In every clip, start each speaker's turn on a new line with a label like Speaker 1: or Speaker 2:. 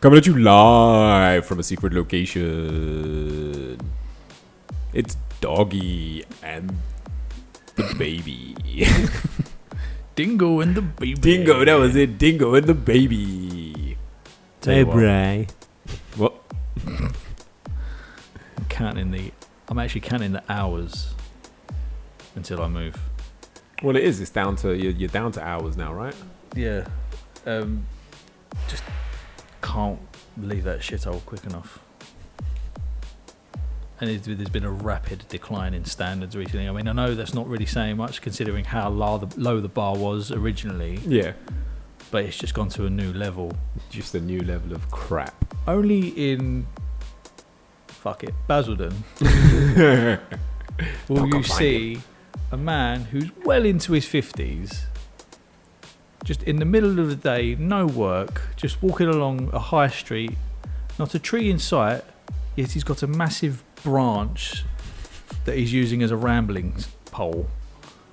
Speaker 1: Coming at you live from a secret location. It's Doggy and the baby.
Speaker 2: Dingo and the baby.
Speaker 1: Dingo, that was it. Dingo and the baby. Tell
Speaker 3: Hey,
Speaker 1: you what.
Speaker 3: Bray.
Speaker 1: What?
Speaker 2: Counting the, I'm actually counting the hours until I move.
Speaker 1: Well, it is. It's down to you're, you're down to hours now, right?
Speaker 2: Yeah. Um, just can't leave that shithole quick enough. And it's, there's been a rapid decline in standards recently. I mean, I know that's not really saying much considering how low the, low the bar was originally,
Speaker 1: Yeah.
Speaker 2: but it's just gone to a new level.
Speaker 1: Just a new level of crap.
Speaker 2: Only in. Fuck it. Basildon. will
Speaker 1: Don't
Speaker 2: you
Speaker 1: combine
Speaker 2: see a man who's well into his 50s, just in the middle of the day, no work, just walking along a high street, not a tree in sight, yet he's got a massive branch that he's using as a rambling s- pole.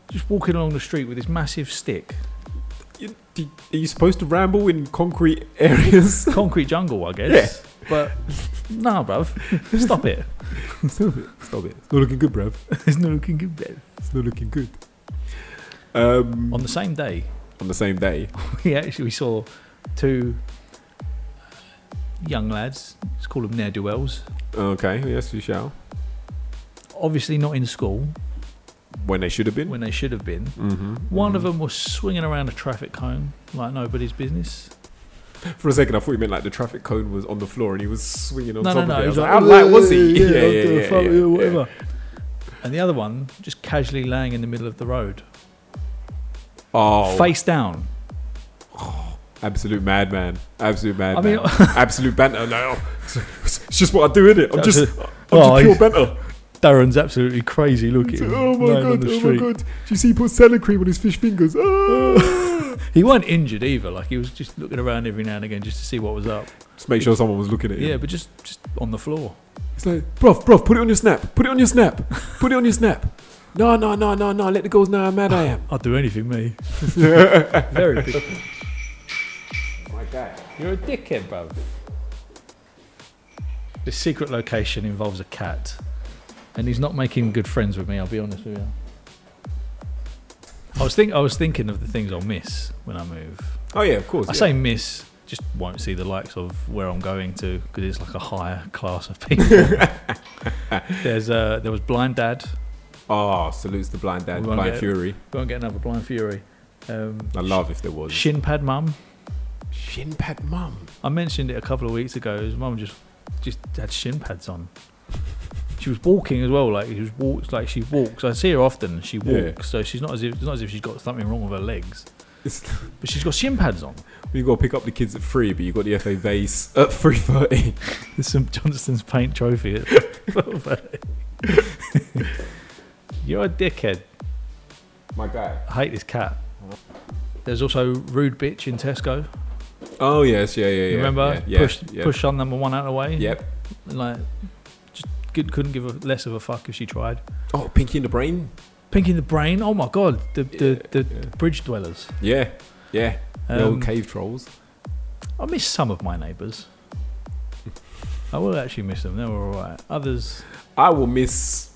Speaker 2: Just walking along the street with his massive stick.
Speaker 1: You- do- are you supposed to ramble in concrete areas?
Speaker 2: Concrete jungle, I guess. But nah, bruv. Stop it.
Speaker 1: Stop it. Stop it. It's not looking good, bruv.
Speaker 2: There's no looking good there.
Speaker 1: It's not looking good. Um,
Speaker 2: On the same day,
Speaker 1: on the same day.
Speaker 2: we actually saw two young lads. Let's call them ne'er do wells.
Speaker 1: Okay, yes, we shall.
Speaker 2: Obviously not in school
Speaker 1: When they should have been.
Speaker 2: when they should have been.
Speaker 1: mm-hmm.
Speaker 2: One of them was swinging around a traffic cone like nobody's business.
Speaker 1: Mm-hmm. For a second, I thought you meant like the traffic cone was on the floor and he was swinging on
Speaker 2: no,
Speaker 1: top
Speaker 2: no,
Speaker 1: of it.
Speaker 2: no.
Speaker 1: I
Speaker 2: he
Speaker 1: was
Speaker 2: was
Speaker 1: like, how light was he?
Speaker 2: Yeah, yeah, yeah,
Speaker 1: yeah, yeah,
Speaker 2: whatever. And the other one just casually laying in the middle of the road,
Speaker 1: Oh,
Speaker 2: face down.
Speaker 1: absolute madman. Absolute madman.
Speaker 2: mean-
Speaker 1: absolute banter. No, it's, it's just what I do, innit? I'm
Speaker 2: That's
Speaker 1: just,
Speaker 2: it.
Speaker 1: I'm
Speaker 2: Oh,
Speaker 1: just pure
Speaker 2: he's-
Speaker 1: banter.
Speaker 2: Darren's absolutely crazy looking.
Speaker 1: Oh my god, oh my god. Do you see he put salad cream on his fish fingers? Ah.
Speaker 2: He weren't injured either. Like he was just looking around every now and again just to see what was up.
Speaker 1: just make sure someone was looking at him.
Speaker 2: Yeah, but just just on the floor.
Speaker 1: It's like, bruv, bruv, put it on your snap. Put it on your snap. Put it on your snap. No, no, no, no, no. Let the girls know how mad I am.
Speaker 2: I'll do anything, me. Very big.
Speaker 1: My guy.
Speaker 2: You're a dickhead, bro. This secret location involves a cat, and he's not making good friends with me. I'll be honest with you. I was think I was thinking of the things I'll miss when I move.
Speaker 1: Oh, yeah, of course.
Speaker 2: I
Speaker 1: yeah.
Speaker 2: say miss, just won't see the likes of where I'm going to because it's like a higher class of people. There's uh, there was blind dad.
Speaker 1: Ah, salutes the blind dad,
Speaker 2: We won't
Speaker 1: blind
Speaker 2: get-
Speaker 1: fury.
Speaker 2: We won't get another blind fury. Um,
Speaker 1: I love if there was
Speaker 2: shin pad mum.
Speaker 1: shin pad mum.
Speaker 2: I mentioned it a couple of weeks ago. His mum just just had shin pads on. She was walking as well, like she was walks, like she walks. I see her often. She walks,
Speaker 1: Yeah.
Speaker 2: so she's not as if it's not as if she's got something wrong with her legs,
Speaker 1: It's-
Speaker 2: but she's got shin pads on.
Speaker 1: You got to pick up the kids at three, but you got the FA vase at three thirty.
Speaker 2: There's some Johnston's paint trophy. at- You're a dickhead.
Speaker 1: My guy.
Speaker 2: I hate this cat. There's also rude bitch in Tesco.
Speaker 1: Oh yes, yeah, yeah, yeah.
Speaker 2: You remember?
Speaker 1: Yeah, yeah,
Speaker 2: push
Speaker 1: yeah.
Speaker 2: push on number one out of the way.
Speaker 1: Yep.
Speaker 2: Like, just good, couldn't give a less of a fuck if she tried.
Speaker 1: Oh, Pinky in the Brain.
Speaker 2: Pink in the Brain. Oh my god, the the, the
Speaker 1: yeah.
Speaker 2: bridge dwellers.
Speaker 1: Yeah, yeah. The
Speaker 2: Um,
Speaker 1: old cave trolls.
Speaker 2: I miss some of my neighbours. I will actually miss them. They were all right. Others,
Speaker 1: I will miss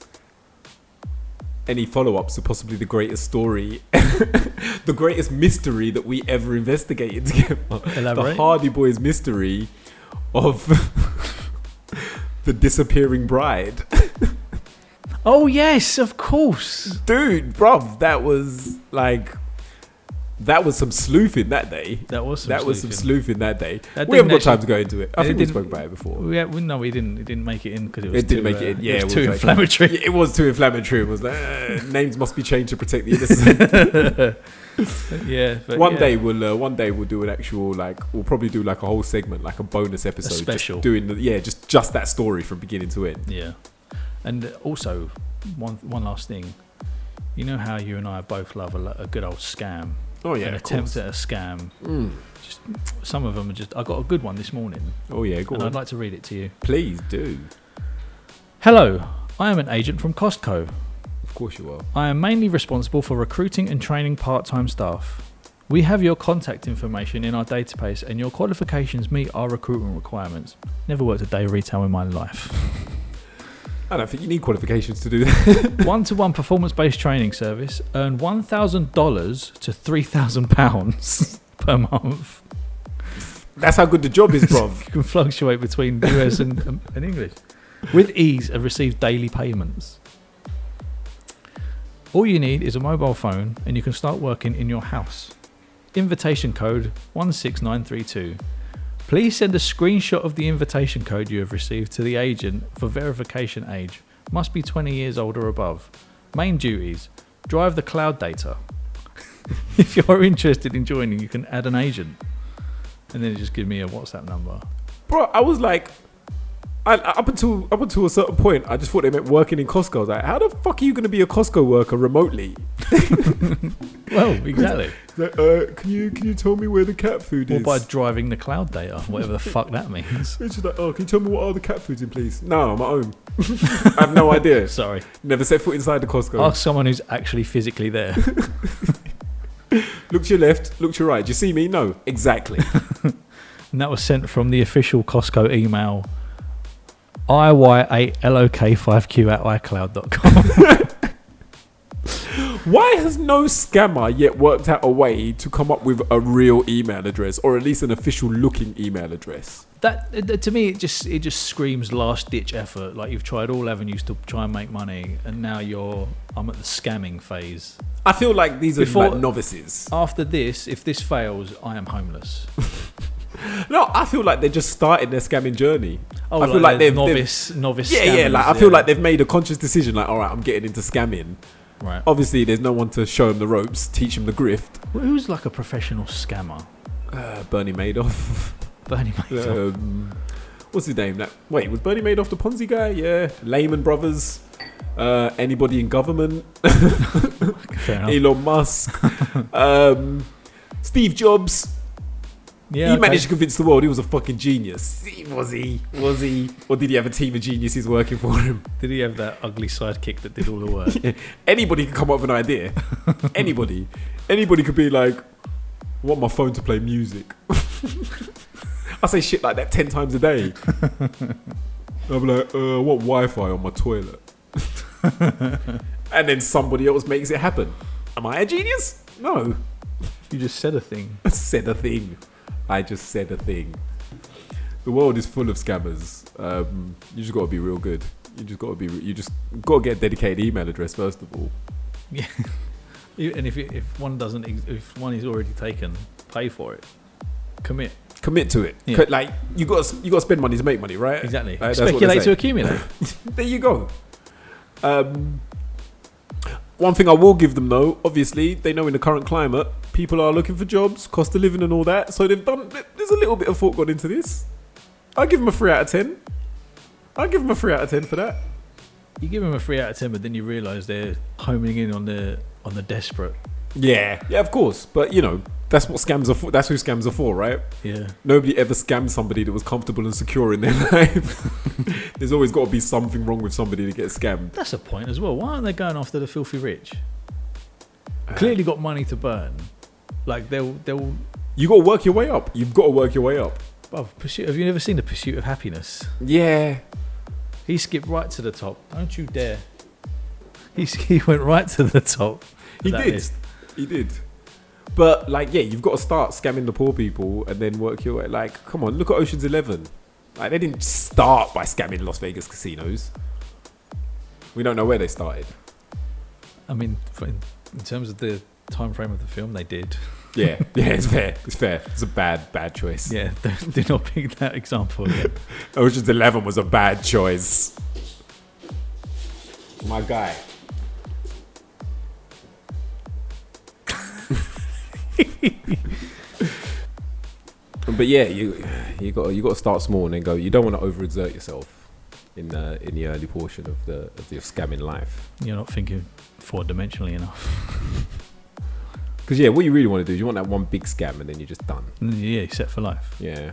Speaker 1: any follow-ups to possibly the greatest story, the greatest mystery that we ever investigated together. The
Speaker 2: Elaborate.
Speaker 1: Hardy Boys mystery of the disappearing bride.
Speaker 2: oh yes, of course.
Speaker 1: dude, bruv, that was like, that was some sleuthing that day.
Speaker 2: That was some
Speaker 1: that was some
Speaker 2: sleuthing.
Speaker 1: sleuthing that day.
Speaker 2: That
Speaker 1: we haven't got
Speaker 2: didn't
Speaker 1: time to go into it. I
Speaker 2: it
Speaker 1: think we
Speaker 2: didn't-
Speaker 1: spoke about it before.
Speaker 2: We had, we, no, we didn't. It didn't make it in because it was
Speaker 1: It didn't
Speaker 2: too,
Speaker 1: make it in.
Speaker 2: uh,
Speaker 1: Yeah,
Speaker 2: it
Speaker 1: it
Speaker 2: was too
Speaker 1: was like-
Speaker 2: inflammatory.
Speaker 1: Yeah, it was too inflammatory. It was like uh, names must be changed to protect the innocent.
Speaker 2: yeah, but
Speaker 1: one
Speaker 2: yeah.
Speaker 1: day we'll uh, one day we'll do an actual like we'll probably do like a whole segment like a bonus episode just
Speaker 2: special.
Speaker 1: doing the, yeah just just that story from beginning to end.
Speaker 2: Yeah, and also one one last thing. You know how you and I both love a, lo- a good old scam,
Speaker 1: Oh yeah,
Speaker 2: an
Speaker 1: of
Speaker 2: attempt
Speaker 1: course.
Speaker 2: at a scam.
Speaker 1: Mm.
Speaker 2: Just some of them are just. I got a good one this morning.
Speaker 1: Oh yeah, go
Speaker 2: and
Speaker 1: on.
Speaker 2: I'd like to read it to you.
Speaker 1: Please do.
Speaker 2: Hello, I am an agent from Costco.
Speaker 1: Of course you are.
Speaker 2: I am mainly responsible for recruiting and training part time staff. We have your contact information in our database, and your qualifications meet our recruitment requirements. Never worked a day of retail in my life.
Speaker 1: I don't think you need qualifications to do that.
Speaker 2: One to one performance based training service. Earn $1,000 to £3,000 per month.
Speaker 1: That's how good the job is, bruv.
Speaker 2: You can fluctuate between US and, and- and English. With ease and receive daily payments. All you need is a mobile phone and you can start working in your house. Invitation code 16932. Please send a screenshot of the invitation code you have received to the agent for verification age. Must be 20 years old or above. Main duties drive the cloud data. if you are interested in joining, you can add an agent. And then it just give me a WhatsApp number.
Speaker 1: Bro, I was like, I, I- up until up until a certain point, I just thought they meant working in Costco. I was like, how the fuck are you going to be a Costco worker remotely?
Speaker 2: Well, exactly.
Speaker 1: Like, uh, can you can you tell me where the cat food
Speaker 2: or
Speaker 1: is?
Speaker 2: by driving the cloud data, whatever the fuck that means.
Speaker 1: It's just like, oh, can you tell me what are the cat foods in, please? No, I'm at home. I have no idea.
Speaker 2: Sorry.
Speaker 1: Never set foot inside the Costco.
Speaker 2: Ask someone who's actually physically there.
Speaker 1: Look to your left. Look to your right. Do you see me? No. Exactly.
Speaker 2: and that was sent from the official Costco email IY8LOK5Q at iCloud.com.
Speaker 1: Why has no scammer yet worked out a way to come up with a real email address, or at least an official-looking email address?
Speaker 2: that that- to me it just it just screams last ditch effort. Like you've tried all avenues to try and make money and now you're I'm at the scamming phase.
Speaker 1: I feel like these are
Speaker 2: Before-
Speaker 1: like novices.
Speaker 2: After this, if this fails, I am homeless.
Speaker 1: No, I feel like they just started their scamming journey.
Speaker 2: Oh,
Speaker 1: I feel like
Speaker 2: the
Speaker 1: they've- they've-
Speaker 2: novice novice
Speaker 1: yeah, yeah.
Speaker 2: scammers,
Speaker 1: Like I feel like they've made a conscious decision. Like, all right, I'm getting into scamming.
Speaker 2: right.
Speaker 1: Obviously, there's no one to show him the ropes, teach him the grift.
Speaker 2: Well, Who's like a professional scammer?
Speaker 1: Uh, Bernie Madoff.
Speaker 2: Bernie Madoff.
Speaker 1: um, what's his name? That wait, was Bernie Madoff the Ponzi guy? Yeah. Lehman Brothers. Uh, anybody in government?
Speaker 2: Fair enough.
Speaker 1: Elon Musk. um, Steve Jobs.
Speaker 2: yeah,
Speaker 1: he
Speaker 2: okay.
Speaker 1: managed to convince the world he was a fucking genius. Was he? Was he? Or did he have a team of geniuses working for him?
Speaker 2: Did he have that ugly sidekick that did all the work?
Speaker 1: Anybody could come up with an idea. Anybody. Anybody could be like, I want my phone to play music. I say shit like that 10 times a day. I'm like, uh, I want Wi Fi on my toilet. and then somebody else makes it happen. Am I a genius? No.
Speaker 2: you just said a thing.
Speaker 1: I said a thing. I just said a thing. The world is full of scammers. Um, you just got to be real good. You just got to be. You just got to get a dedicated email address first of all.
Speaker 2: You- And if you- if one doesn't, ex- if one is already taken, pay for it. Commit.
Speaker 1: Commit to it.
Speaker 2: Yeah.
Speaker 1: Co- Like you got. To, you got to spend money to make money, right?
Speaker 2: Exactly.
Speaker 1: Uh, that's what they
Speaker 2: Speculate to
Speaker 1: say.
Speaker 2: accumulate.
Speaker 1: There you go. Um, one thing I will give them though, obviously, they know in the current climate, people are looking for jobs, cost of living, and all that. So they've done. There's a little bit of thought gone into this. I give them a three out of ten. I give them a three out of ten for that.
Speaker 2: You give them a three out of ten, but then you realise they're homing in on the on the desperate.
Speaker 1: Yeah, yeah, of course. But you know, that's what scams are for. That's who scams are for, right?
Speaker 2: Yeah.
Speaker 1: Nobody ever scammed somebody that was comfortable and secure in their life. There's always got to be something wrong with somebody to get scammed.
Speaker 2: That's a point as well. Why aren't they going after the filthy rich? Clearly got money to burn. Like they'll they'll.
Speaker 1: You got to work your way up. You've got to work your way up.
Speaker 2: Oh, pursuit. Have you ever seen the Pursuit of Happiness?
Speaker 1: Yeah,
Speaker 2: He skipped right to the top. Don't you dare. He, he went right to the top. of
Speaker 1: he
Speaker 2: that
Speaker 1: did.
Speaker 2: list.
Speaker 1: He did. But like, yeah, you've got to start scamming the poor people and then work your way. Like, come on, look at Ocean's Eleven. Like, they didn't start by scamming Las Vegas casinos. We don't know where they started.
Speaker 2: I mean, for- in, in terms of the time frame of the film, they did.
Speaker 1: Yeah, yeah, it's fair. It's fair. It's a bad, bad choice.
Speaker 2: Yeah, they did not pick that example again.
Speaker 1: Ocean's Eleven was a bad choice. My guy. but yeah, you you got you got to start small and then go. You don't want to overexert yourself in the in the early portion of the of your scamming life.
Speaker 2: You're not thinking four dimensionally enough.
Speaker 1: Because yeah, what you really want to do is you want that one big scam and then you're just done.
Speaker 2: Mm, Yeah, you're set for life.
Speaker 1: Yeah.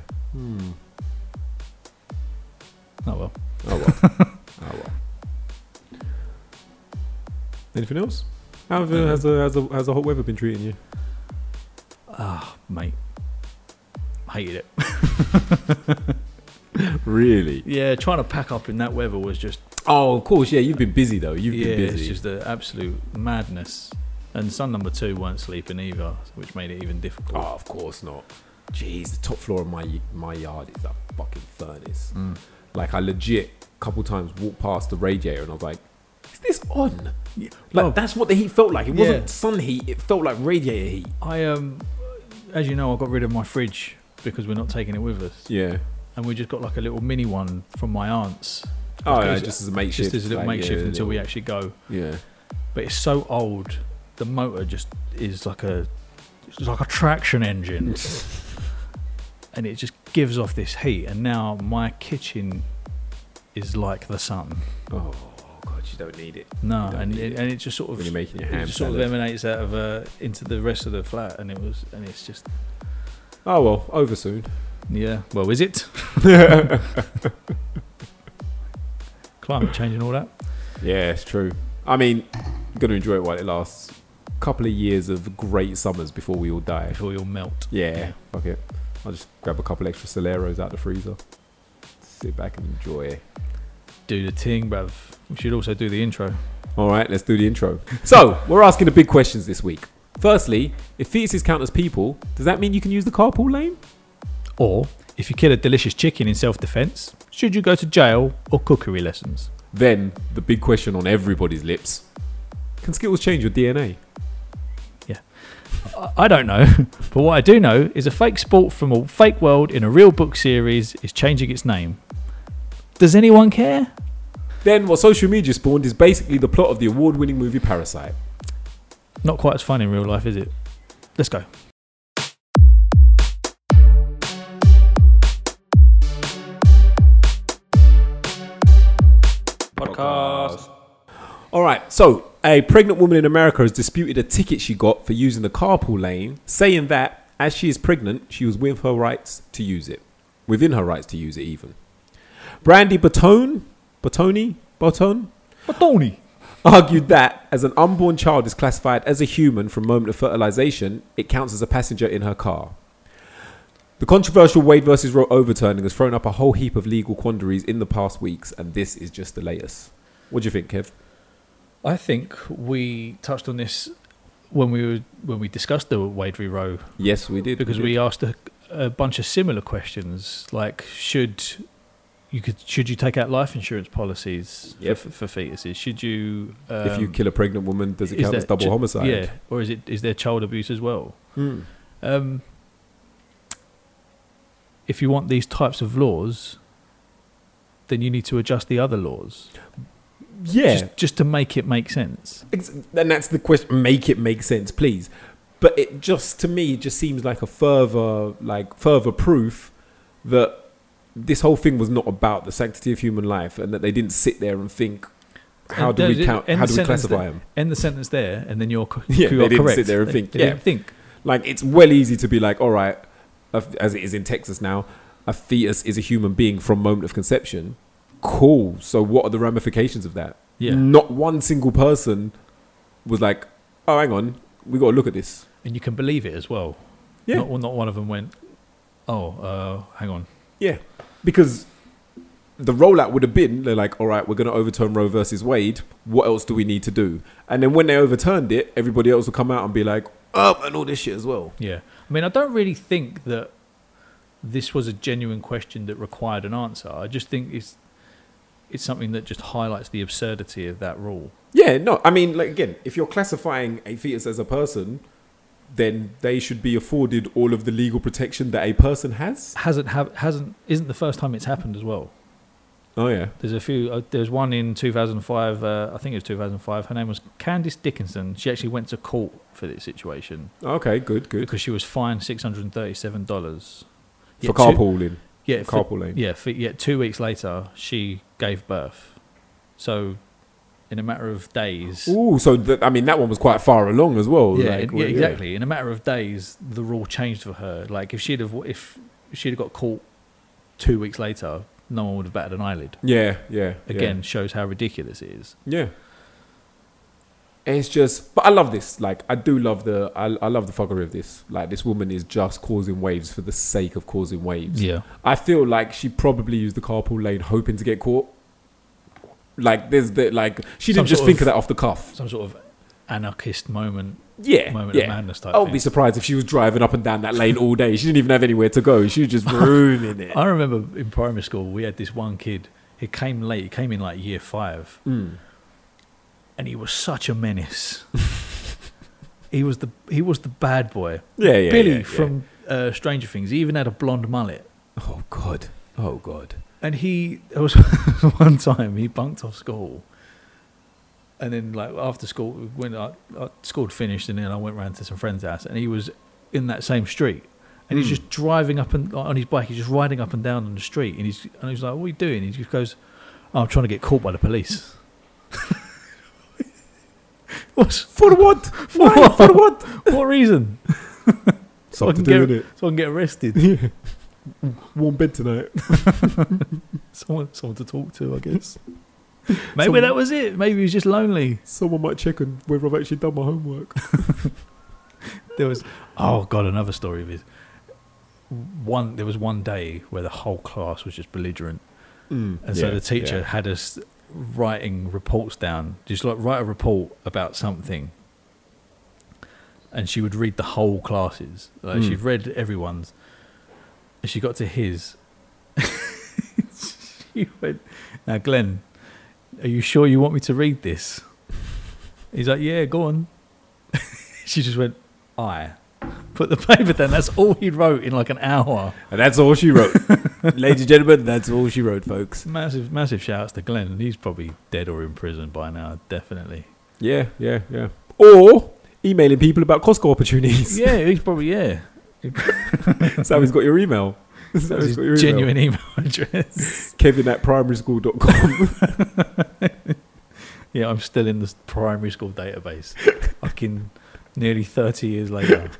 Speaker 2: Oh, well.
Speaker 1: Oh well. oh well. Anything else? How have, uh, has, the, has, the, has the hot weather been treating you?
Speaker 2: mate. Hated it.
Speaker 1: Really?
Speaker 2: Yeah, trying to pack up in that weather was just
Speaker 1: Oh, of course. Yeah, you've been busy though. You've
Speaker 2: yeah,
Speaker 1: been
Speaker 2: it's
Speaker 1: busy.
Speaker 2: just an absolute madness. And son number two weren't sleeping either, which made it even
Speaker 1: oh,
Speaker 2: difficult.
Speaker 1: of course not. Jeez, the top floor of my my yard is a fucking furnace.
Speaker 2: Mm.
Speaker 1: Like I legit couple times walked past the radiator and I was like, "Is this on?"
Speaker 2: Yeah.
Speaker 1: Like
Speaker 2: Oh.
Speaker 1: that's what the heat felt like. It
Speaker 2: Yeah.
Speaker 1: wasn't sun heat. It felt like radiator heat.
Speaker 2: I um, as you know, I got rid of my fridge because we're not taking it with us,
Speaker 1: Yeah.
Speaker 2: and we just got like a little mini one from my aunt's,
Speaker 1: Oh,
Speaker 2: Okay,
Speaker 1: yeah,
Speaker 2: so-
Speaker 1: just as a makeshift.
Speaker 2: just as a little
Speaker 1: like, yeah,
Speaker 2: makeshift until we
Speaker 1: little-
Speaker 2: actually go.
Speaker 1: Yeah.
Speaker 2: But it's so old, the motor just is like a, it's like a traction engine, and it just gives off this heat. And now my kitchen is like the sun.
Speaker 1: Oh god, you don't need it.
Speaker 2: No,
Speaker 1: You don't
Speaker 2: and
Speaker 1: need
Speaker 2: it,
Speaker 1: it.
Speaker 2: and it just sort of
Speaker 1: When you're making your
Speaker 2: it
Speaker 1: ham
Speaker 2: just sort of
Speaker 1: salad.
Speaker 2: emanates out of uh, into the rest of the flat, and it was and it's just
Speaker 1: Oh well, over soon.
Speaker 2: yeah. Well, is it climate change and all that?
Speaker 1: Yeah, it's true. I mean, going to enjoy it while it lasts. Couple of years of great summers before we all die.
Speaker 2: Before you'll melt.
Speaker 1: Yeah, fuck it. I'll just grab a couple extra Soleros out the freezer. Sit back and enjoy.
Speaker 2: Do the ting, bruv. We should also do the intro.
Speaker 1: All right, let's do the intro. So, we're asking the big questions this week. Firstly, if fetuses count as people, does that mean you can use the carpool lane?
Speaker 2: Or if you kill a delicious chicken in self-defense, should you go to jail or cookery lessons?
Speaker 1: Then, the big question on everybody's lips can skills change your DNA?
Speaker 2: I- I don't know, but what I do know is a fake sport from a fake world in a real book series is changing its name. Does anyone care?
Speaker 1: Then, what social media spawned is basically the plot of the award winning movie Parasite.
Speaker 2: Not quite as fun in real life, is it? Let's go.
Speaker 1: Podcast. All right, so a pregnant woman in America has disputed a ticket she got for using the carpool lane, saying that as she is pregnant, she was within her rights to use it. Within her rights to use it, even. Brandy Batone, Batoni, Batone,
Speaker 2: Tony.
Speaker 1: argued that as an unborn child is classified as a human from moment of fertilization, it counts as a passenger in her car. The controversial Wade versus Roe overturning has thrown up a whole heap of legal quandaries in the past weeks, and this is just the latest. What do you think, Kev?
Speaker 2: I think we touched on this when we were when we discussed the Wade v Roe
Speaker 1: Yes, we did
Speaker 2: because
Speaker 1: did.
Speaker 2: we asked a, a bunch of similar questions like should you could should you take out life insurance policies
Speaker 1: Yep.
Speaker 2: for, for fetuses? Should you um,
Speaker 1: if you kill a pregnant woman, does it
Speaker 2: is
Speaker 1: count
Speaker 2: there
Speaker 1: as double
Speaker 2: ju-
Speaker 1: homicide?
Speaker 2: Yeah, or is it is there child abuse as well?
Speaker 1: Hmm.
Speaker 2: Um, if you want these types of laws, then you need to adjust the other laws.
Speaker 1: Yeah.
Speaker 2: Just, just to make it make sense.
Speaker 1: Ex- and that's the question. Make it make sense, please. But it just to me just seems like a further like further proof that this whole thing was not about the sanctity of human life, and that they didn't sit there and think, how
Speaker 2: And
Speaker 1: do
Speaker 2: no,
Speaker 1: we count?
Speaker 2: end
Speaker 1: How
Speaker 2: the
Speaker 1: do we
Speaker 2: sentence
Speaker 1: classify
Speaker 2: there.
Speaker 1: them?
Speaker 2: End the sentence there, and then you're, co-
Speaker 1: Yeah,
Speaker 2: you're
Speaker 1: they didn't
Speaker 2: correct.
Speaker 1: sit there and
Speaker 2: They-
Speaker 1: think,
Speaker 2: they
Speaker 1: yeah.
Speaker 2: didn't think.
Speaker 1: Like it's well easy to be like, all right, a- as it is in Texas now, a fetus is a human being from moment of conception. Cool. So what are the ramifications of that?
Speaker 2: Yeah,
Speaker 1: Not one single person was like, oh, hang on, we got to look at this.
Speaker 2: and you can believe it as well.
Speaker 1: Yeah.
Speaker 2: Not, not one of them went. Oh, uh, hang on.
Speaker 1: Yeah, because the rollout would have been they're like, all right, we're going to overturn Roe versus Wade. What else do we need to do? And then when they overturned it, everybody else would come out and be like, oh, and all this shit as well.
Speaker 2: Yeah. I mean, I don't really think that this was a genuine question that required an answer. I just think it's it's something that just highlights the absurdity of that rule.
Speaker 1: Yeah, no, I mean, like again, if you're classifying a fetus as a person, then they should be afforded all of the legal protection that a person has.
Speaker 2: Hasn't have hasn't isn't the first time it's happened as well.
Speaker 1: Oh yeah,
Speaker 2: There's a few. Uh, there's one in 2005. Uh, I think it was 2005. Her name was Candice Dickinson. She actually went to court for this situation
Speaker 1: okay, good, good
Speaker 2: because she was fined 637 dollars
Speaker 1: for carpooling,
Speaker 2: Yeah, for-
Speaker 1: carpool lane.
Speaker 2: Yeah, for, yet two weeks later, she gave birth. So, in a matter of days.
Speaker 1: Ooh, so th- I mean, that one was quite far along as well.
Speaker 2: yeah,
Speaker 1: like,
Speaker 2: in- yeah, exactly. In a matter of days, the rule changed for her. Like, if she'd have if she'd have got caught two weeks later, no one would have batted an eyelid.
Speaker 1: Yeah, yeah. yeah.
Speaker 2: Again, shows how ridiculous it is.
Speaker 1: Yeah. It's just, but I love this. Like, I do love the, I, I love the fuckery of this. Like, this woman is just causing waves for the sake of causing waves.
Speaker 2: Yeah.
Speaker 1: I feel like she probably used the carpool lane hoping to get caught. Like, there's the like she
Speaker 2: Some
Speaker 1: didn't just
Speaker 2: sort
Speaker 1: think
Speaker 2: of-
Speaker 1: of that off the cuff.
Speaker 2: Some sort of anarchist moment,
Speaker 1: Yeah,
Speaker 2: moment of
Speaker 1: yeah.
Speaker 2: madness type.
Speaker 1: I would
Speaker 2: thing.
Speaker 1: be surprised if she was driving up and down that lane all day. She didn't even have anywhere to go. She was just rooming it.
Speaker 2: I remember in primary school we had this one kid. He came late. He came in like year five,
Speaker 1: Mm.
Speaker 2: and he was such a menace. he was the he was the bad boy.
Speaker 1: Yeah, yeah,
Speaker 2: Billy
Speaker 1: yeah, yeah.
Speaker 2: from uh, Stranger Things. He even had a blonde mullet.
Speaker 1: Oh god. Oh god.
Speaker 2: And he there was one time he bunked off school, and then like after school when I, I school had finished, and then I went round to some friend's house, and he was in that same street, and
Speaker 1: Hmm.
Speaker 2: he's just driving up and on his bike, he's just riding up and down on the street, and he's and he's like, "What are you doing?" He just goes, "Oh, "I'm trying to get caught by the police." What's
Speaker 1: For what? For
Speaker 2: what?
Speaker 1: what? For what?
Speaker 2: what reason? So I
Speaker 1: Something to
Speaker 2: can
Speaker 1: do
Speaker 2: get
Speaker 1: with it.
Speaker 2: so I can get arrested.
Speaker 1: Yeah. Warm bed tonight.
Speaker 2: Someone, someone to talk to, I guess. Maybe that was it. Maybe he was just lonely.
Speaker 1: Someone might check on whether I've actually done my homework.
Speaker 2: There was, oh god, another story of his. One, there was one day where the whole class was just belligerent,
Speaker 1: Hmm. Mm-hmm.
Speaker 2: and so the teacher had us writing reports down, just like write a report about something, and she would read the whole classes. Like
Speaker 1: Mm.
Speaker 2: she'd read everyone's, and she got to his. she went, "Now, Glenn, are you sure you want me to read this?" He's like, "Yeah, go on." she just went, "I." Put the paper down. That's all he wrote in like an hour.
Speaker 1: And that's all she wrote. Ladies and gentlemen, that's all she wrote, folks.
Speaker 2: Massive, massive shouts to Glenn. He's probably dead or in prison by now, definitely.
Speaker 1: Yeah, yeah, yeah. Or emailing people about Costco opportunities.
Speaker 2: Yeah, he's probably yeah.
Speaker 1: so he's got your email. So
Speaker 2: That's
Speaker 1: he's
Speaker 2: his
Speaker 1: got your email.
Speaker 2: genuine email address.
Speaker 1: Kevin at primaryschool.com.
Speaker 2: yeah, I'm still in the s- primary school database. Fucking nearly 30 years later.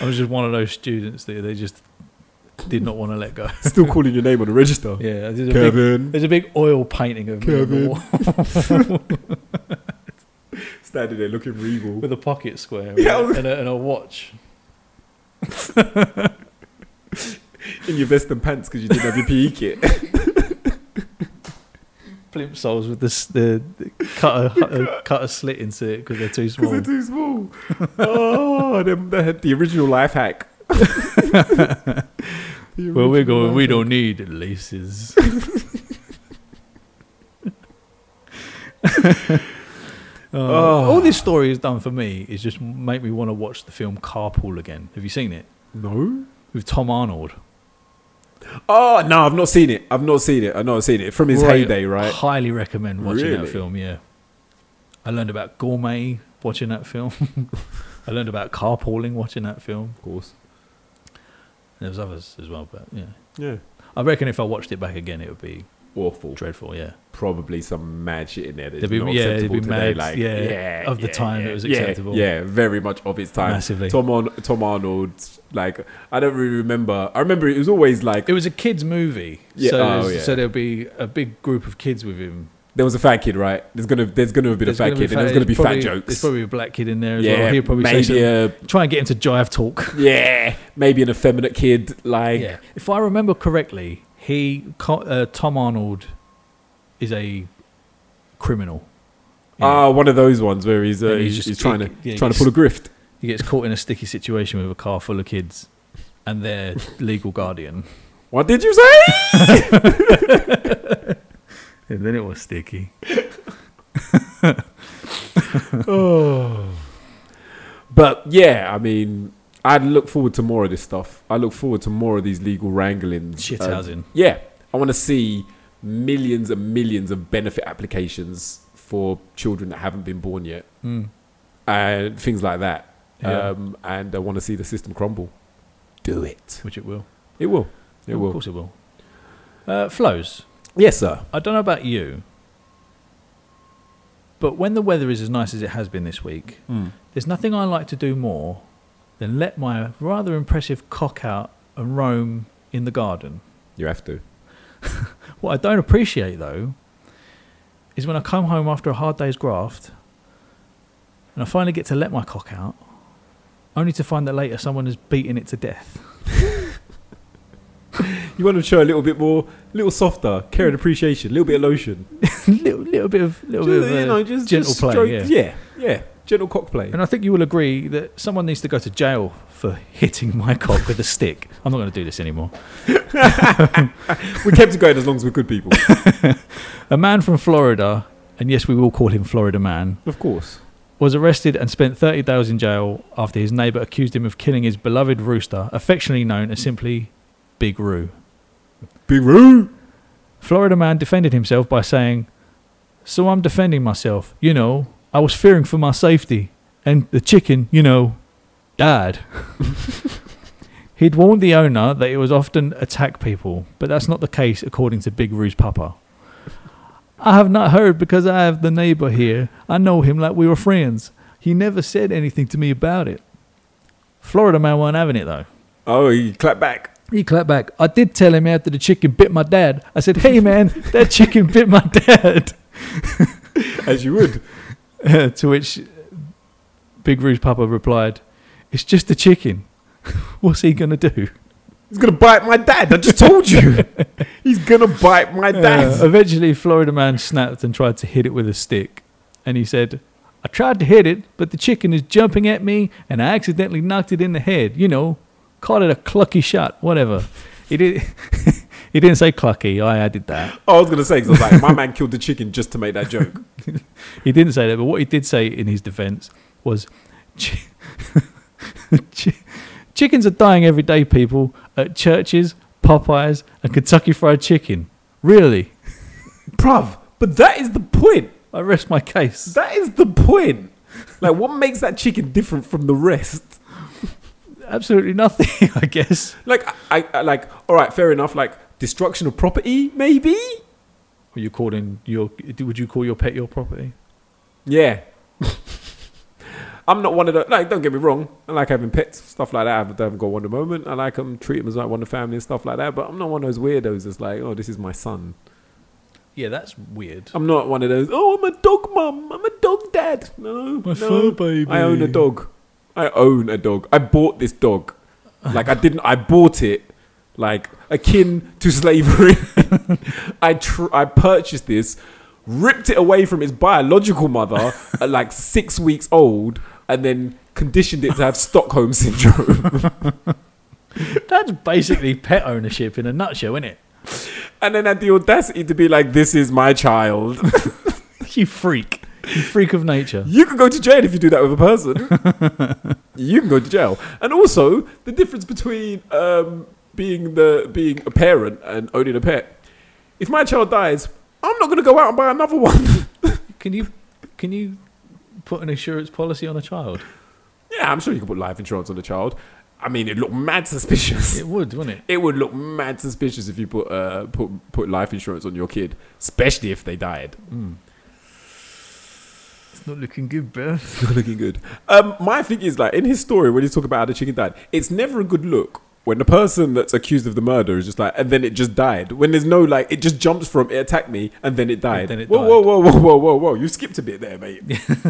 Speaker 2: I was just one of those students that they just did not want to let go.
Speaker 1: Still calling your name on the register.
Speaker 2: Yeah, there's a, big,
Speaker 1: Kevin.
Speaker 2: there's a big oil painting of me on the
Speaker 1: Kevin.
Speaker 2: wall
Speaker 1: Standing there looking regal.
Speaker 2: with a pocket square
Speaker 1: Yeah.
Speaker 2: and, a, and a watch.
Speaker 1: In your vest and pants because you didn't have your PE kit.
Speaker 2: plimsolls with the, s- the, the cut, a, a, cut a slit into it because they're too
Speaker 1: Because
Speaker 2: small.
Speaker 1: they're too small. Oh, them, they had the original life hack. The
Speaker 2: Well, we're
Speaker 1: original
Speaker 2: going.
Speaker 1: life
Speaker 2: We
Speaker 1: hack.
Speaker 2: don't need laces. Uh, All this story has done for me is just make me want to watch the film Carpool again. Have you seen it
Speaker 1: No.
Speaker 2: with Tom Arnold?
Speaker 1: Oh no, I've not seen it. I've not seen it. I've not seen it from his
Speaker 2: Great.
Speaker 1: heyday, right?
Speaker 2: Highly recommend watching
Speaker 1: Really?
Speaker 2: that film. Yeah, I learned about gourmet watching that film. I learned about carpooling watching that film.
Speaker 1: Of course.
Speaker 2: There was others as well, but yeah,
Speaker 1: Yeah.
Speaker 2: I reckon if I watched it back again, it would be
Speaker 1: Awful.
Speaker 2: dreadful. Yeah,
Speaker 1: Probably some mad shit in there that's
Speaker 2: There'd be-
Speaker 1: not
Speaker 2: yeah,
Speaker 1: acceptable
Speaker 2: it'd be
Speaker 1: today.
Speaker 2: mad,
Speaker 1: like,
Speaker 2: yeah,
Speaker 1: yeah,
Speaker 2: of the
Speaker 1: yeah,
Speaker 2: time
Speaker 1: yeah,
Speaker 2: it was
Speaker 1: yeah,
Speaker 2: acceptable.
Speaker 1: Yeah, very much of its time.
Speaker 2: Massively.
Speaker 1: Tom on Tom Arnold, like I don't really remember. I remember it was always like
Speaker 2: It was a kids' movie,
Speaker 1: Yeah,
Speaker 2: so
Speaker 1: oh,
Speaker 2: there's-
Speaker 1: yeah.
Speaker 2: so there'll be a big group of kids with him.
Speaker 1: there was a fat kid, right? There's gonna there's gonna have been a fat
Speaker 2: gonna be
Speaker 1: kid, and there's
Speaker 2: fat-
Speaker 1: gonna be
Speaker 2: probably-
Speaker 1: fat
Speaker 2: There's
Speaker 1: jokes.
Speaker 2: probably a black kid in there as
Speaker 1: yeah,
Speaker 2: well. He'll probably say
Speaker 1: maybe
Speaker 2: some,
Speaker 1: a,
Speaker 2: try and get him to jive talk.
Speaker 1: yeah, maybe an effeminate kid. Like
Speaker 2: Yeah, if I remember correctly, he Co- uh, Tom Arnold is a criminal. You know,
Speaker 1: ah, one of those ones where he's uh,
Speaker 2: And he's
Speaker 1: he's,
Speaker 2: just-
Speaker 1: he's trying to
Speaker 2: yeah, he
Speaker 1: trying to
Speaker 2: gets-
Speaker 1: pull a grift.
Speaker 2: he gets caught in a sticky situation with a car full of kids and their legal guardian.
Speaker 1: What did you say?
Speaker 2: And then it was sticky.
Speaker 1: oh. But yeah, I mean, I look forward to more of this stuff. I look forward to more of these legal wranglings.
Speaker 2: Shithousing.
Speaker 1: yeah, I want to see millions and millions of benefit applications for children that haven't been born yet
Speaker 2: Mm.
Speaker 1: and things like that.
Speaker 2: Yeah.
Speaker 1: Um, and I want to see the system crumble. Do it.
Speaker 2: Which it will. Oh,
Speaker 1: It will. It
Speaker 2: Of
Speaker 1: will.
Speaker 2: course it will. Uh, flows.
Speaker 1: Yes, sir.
Speaker 2: I don't know about you, but when the weather is as nice as it has been this week, there's nothing I like to do more than let my rather impressive cock out and roam in the garden.
Speaker 1: You have to.
Speaker 2: What I don't appreciate though is when I come home after a hard day's graft and I finally get to let my cock out, only to find that later someone has beaten it to death.
Speaker 1: You want to show a little bit more, a little softer, care and appreciation, a little bit of lotion.
Speaker 2: little, little bit of, little bit of uh, gentle play.
Speaker 1: stroke-
Speaker 2: yeah.
Speaker 1: yeah, yeah, gentle cock play.
Speaker 2: And I think you will agree that someone needs to go to jail for hitting my cock with a stick. I'm not going to do this anymore.
Speaker 1: we kept it going as long as we could, people.
Speaker 2: A man from Florida, and yes, we will call him Florida Man,
Speaker 1: of course.
Speaker 2: was arrested and spent 30 days in jail after his neighbour accused him of killing his beloved rooster, affectionately known as simply Big Roo.
Speaker 1: Big Roo.
Speaker 2: Florida man defended himself by saying, So I'm defending myself, you know, I was fearing for my safety, and the chicken, you know, died. He'd warned the owner that it was often attack people, but that's not the case according to Big Roo's papa. I have not heard because I have the neighbor here. I know him like we were friends. He never said anything to me about it. Florida man weren't having it though.
Speaker 1: Oh, he clapped back.
Speaker 2: He clapped back. I did tell him after the chicken bit my dad. I said, "Hey man, that chicken bit my dad."
Speaker 1: As you would.
Speaker 2: to which Big Roo's Papa replied, "It's just a chicken. What's he gonna do?"
Speaker 1: He's gonna bite my dad. I just told you. He's gonna bite my dad.
Speaker 2: Uh, eventually, Florida man snapped and tried to hit it with a stick, and he said, "I tried to hit it, but the chicken is jumping at me, and I accidentally knocked it in the head. You know, called it a clucky shot. Whatever." He did. he didn't say clucky. I added that.
Speaker 1: I was gonna say because I was like, my man killed the chicken just to make that joke.
Speaker 2: He didn't say that, but what he did say in his defence was, "Chi- chi- "Chickens are dying every day, people at churches, Popeyes, and Kentucky Fried Chicken. Really,
Speaker 1: Bruv, but that is the point.
Speaker 2: I rest my case."
Speaker 1: That is the point. Like, what makes that chicken different from the rest?
Speaker 2: Absolutely nothing, I guess.
Speaker 1: Like, I, I like. All right, fair enough. Like, destruction of property, maybe.
Speaker 2: Are you calling your? Would you call your pet your property?
Speaker 1: Yeah. I'm not one of the like. Don't get me wrong. I like having pets, stuff like that. I haven't, I haven't got one at the moment. I like them, treat them as like one of the family and stuff like that. But I'm not one of those weirdos that's like, oh, this is my son.
Speaker 2: Yeah, that's weird.
Speaker 1: I'm not one of those. Oh, I'm a dog mum. I'm a dog dad. No,
Speaker 2: My fur
Speaker 1: no.
Speaker 2: baby.
Speaker 1: I own a dog. I own a dog. I bought this dog. Like I didn't. I bought it. Like akin to slavery. I tr- I purchased this, ripped it away from its biological mother at like six weeks old, and then conditioned it to have Stockholm syndrome.
Speaker 2: That's basically pet ownership in a nutshell, isn't it?
Speaker 1: and then had the audacity to be like, "This is my child."
Speaker 2: You freak. You freak of nature.
Speaker 1: You can go to jail if you do that with a person. you can go to jail. And also, the difference between um, being the being a parent and owning a pet. If my child dies, I'm not going to go out and buy another one.
Speaker 2: Can you can you put an insurance policy on a child?
Speaker 1: yeah, I'm sure you can put life insurance on the child. I mean, it'd look mad suspicious.
Speaker 2: It would, wouldn't it?
Speaker 1: It would look mad suspicious if you put uh, put put life insurance on your kid, especially if they died.
Speaker 2: It's not looking good, bro.
Speaker 1: Not looking good. Um, my thing is like in his story when he's talking about how the chicken died, it's never a good look when the person that's accused of the murder is just like, and then it just died. When there's no like, it just jumps from it attacked me and then it died.
Speaker 2: then it
Speaker 1: whoa,
Speaker 2: died.
Speaker 1: whoa, whoa, whoa, whoa, whoa, whoa! You skipped a bit there, mate.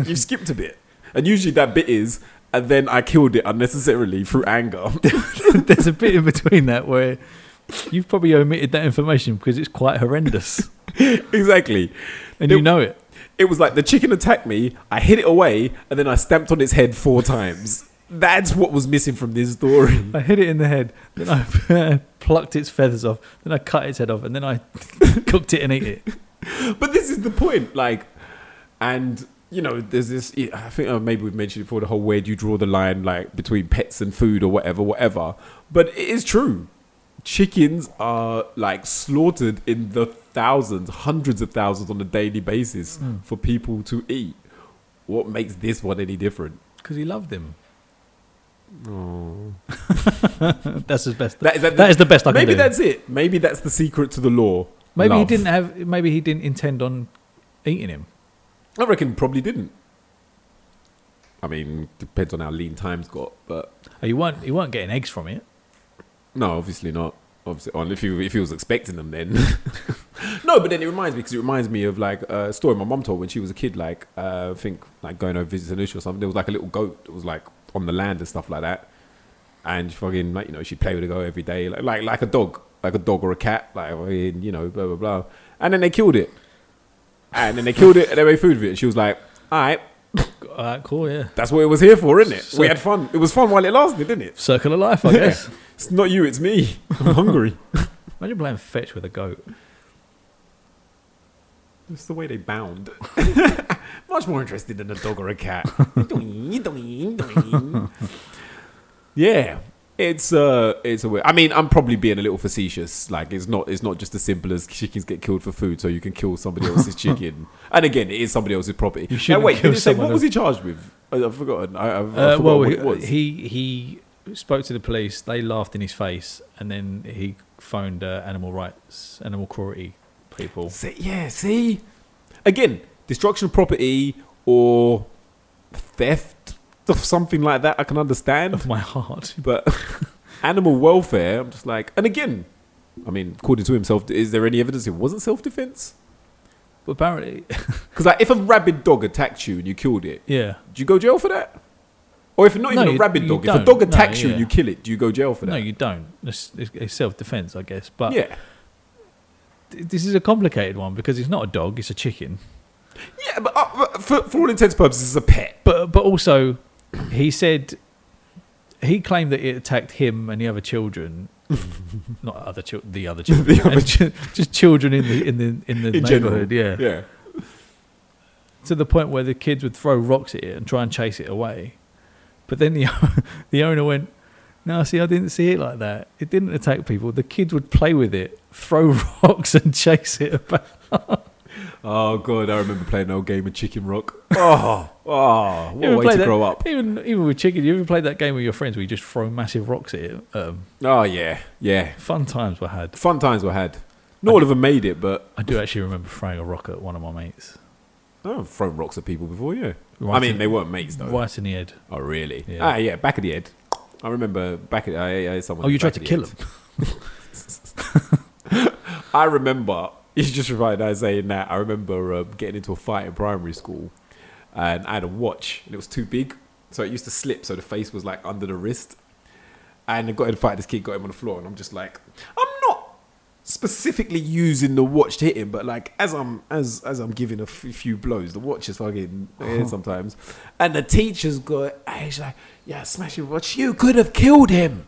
Speaker 1: you skipped a bit, and usually that bit is, and then I killed it unnecessarily through anger.
Speaker 2: There's a bit in between that where you've probably omitted that information because it's quite horrendous
Speaker 1: exactly.
Speaker 2: and
Speaker 1: It-
Speaker 2: you know it.
Speaker 1: It was like the chicken attacked me. I hid it away, and then I stamped on its head four times. That's what was missing from this story.
Speaker 2: I hit it in the head, then I plucked its feathers off, then I cut its head off, and then I cooked it and ate it.
Speaker 1: but this is the point, like, and you know, there's this. I think uh, maybe we've mentioned it before the whole where do you draw the line, like between pets and food or whatever, whatever. But it is true. Chickens are like slaughtered in the thousands, hundreds of thousands on a daily basis
Speaker 2: Mm.
Speaker 1: for people to eat. What makes this one any different?
Speaker 2: Because he loved him. that's his best.
Speaker 1: That- that-
Speaker 2: that is the best I can
Speaker 1: maybe
Speaker 2: do.
Speaker 1: that's it. Maybe that's the secret to the law.
Speaker 2: maybe he
Speaker 1: Love.
Speaker 2: didn't have. Maybe he didn't intend on eating him.
Speaker 1: I reckon probably didn't. I mean, depends on how lean time's got, but
Speaker 2: Oh, You weren't. You weren't getting eggs from it.
Speaker 1: No, obviously not. Obviously, well, if he if he was expecting them, then No, but then it reminds me because it reminds me of like a story my mum told when she was a kid. Like uh, I think like going over to visit an issue or something. There was like a little goat that was like on the land and stuff like that. And fucking like you know she'd play with the goat every day, like like, like a dog, like a dog or a cat, like fucking, you know blah blah blah. And then they killed it. And then they killed it and they made food of it. And she was like, all right.
Speaker 2: Alright, uh, cool, yeah.
Speaker 1: That's what it was here for, isn't it?
Speaker 2: So-
Speaker 1: we had fun. It was fun while it lasted, didn't it?
Speaker 2: Circle of life, I
Speaker 1: Yeah.
Speaker 2: guess.
Speaker 1: It's not you, it's me. I'm hungry.
Speaker 2: Imagine playing fetch with a goat.
Speaker 1: It's the way they bound. Much more interested than a dog or a cat. yeah, it's uh, it's a. Weird, I mean, I'm probably being a little facetious. Like, it's not it's not just as simple as chickens get killed for food, so you can kill somebody else's chicken. And again, it is somebody else's property.
Speaker 2: You
Speaker 1: Now,
Speaker 2: shouldn't
Speaker 1: wait,
Speaker 2: kill
Speaker 1: did it say,
Speaker 2: someone
Speaker 1: what was he charged with? I, I've forgotten. I, I've, I've
Speaker 2: Uh,
Speaker 1: forgotten
Speaker 2: well,
Speaker 1: what
Speaker 2: he,
Speaker 1: it was.
Speaker 2: he he spoke to the police. They laughed in his face, and then he phoned uh, animal rights, animal cruelty people.
Speaker 1: See, yeah, see? Again, destruction of property or theft or something like that, I can understand.
Speaker 2: Of my heart,
Speaker 1: But animal welfare, I'm just like, and again, I mean, according to himself, is there any evidence it wasn't self defense?
Speaker 2: But apparently,
Speaker 1: Because like, if a rabid dog attacked you and you killed it,
Speaker 2: yeah.
Speaker 1: do you go jail for that? Or if not
Speaker 2: No,
Speaker 1: even a
Speaker 2: you-
Speaker 1: rabid
Speaker 2: you
Speaker 1: dog, if a
Speaker 2: don't.
Speaker 1: dog
Speaker 2: No,
Speaker 1: attacks you and
Speaker 2: yeah.
Speaker 1: you kill it, do you go jail for that?
Speaker 2: No, you don't. It's, it's, it's self-defense, I guess. But
Speaker 1: uh, yeah,
Speaker 2: th- this is a complicated one because it's not a dog; it's a chicken.
Speaker 1: yeah, but uh, but for, for all intents and purposes, it's a pet.
Speaker 2: But but also, he said he claimed that it attacked him and the other children, not other chil- the other children,
Speaker 1: The other
Speaker 2: and ju- just children in the in the in the
Speaker 1: In general,
Speaker 2: neighborhood. Yeah.
Speaker 1: yeah.
Speaker 2: to the point where the kids would throw rocks at it and try and chase it away. But then the the owner went, "No, see, I didn't see it like that. It didn't attack people. The kids would play with it, throw rocks, and chase it about."
Speaker 1: Oh god, I remember playing an old game of Chicken Rock. Oh, oh, what
Speaker 2: You
Speaker 1: a
Speaker 2: ever
Speaker 1: way
Speaker 2: play
Speaker 1: to
Speaker 2: that-
Speaker 1: grow up.
Speaker 2: Even even with chicken, you ever played that game with your friends where you just throw massive rocks at it? Um,
Speaker 1: Oh yeah, yeah.
Speaker 2: fun times were had.
Speaker 1: Fun times were had. Not all of them made it, but
Speaker 2: I do actually remember throwing a rock at one of my mates.
Speaker 1: I've thrown rocks at people before. Yeah,
Speaker 2: Right
Speaker 1: I mean
Speaker 2: in-
Speaker 1: they weren't mates though.
Speaker 2: Right in the head.
Speaker 1: Oh really?
Speaker 2: Yeah.
Speaker 1: Ah yeah, back of the head. I remember back of the, I, I, someone.
Speaker 2: Oh,
Speaker 1: in
Speaker 2: you
Speaker 1: the back
Speaker 2: tried to
Speaker 1: of the
Speaker 2: kill
Speaker 1: head.
Speaker 2: him.
Speaker 1: I remember. You just reminded I saying that. I remember uh, getting into a fight in primary school, and I had a watch, and it was too big, so it used to slip. So the face was like under the wrist, and I got in a fight. This kid got him on the floor, and I'm just like, I'm not specifically using the watch to hit him, but like as I'm as as I'm giving a f- few blows, the watch is fucking eh, sometimes, and the teacher's got. eh, He's like, yeah, smash your watch. You could have killed him.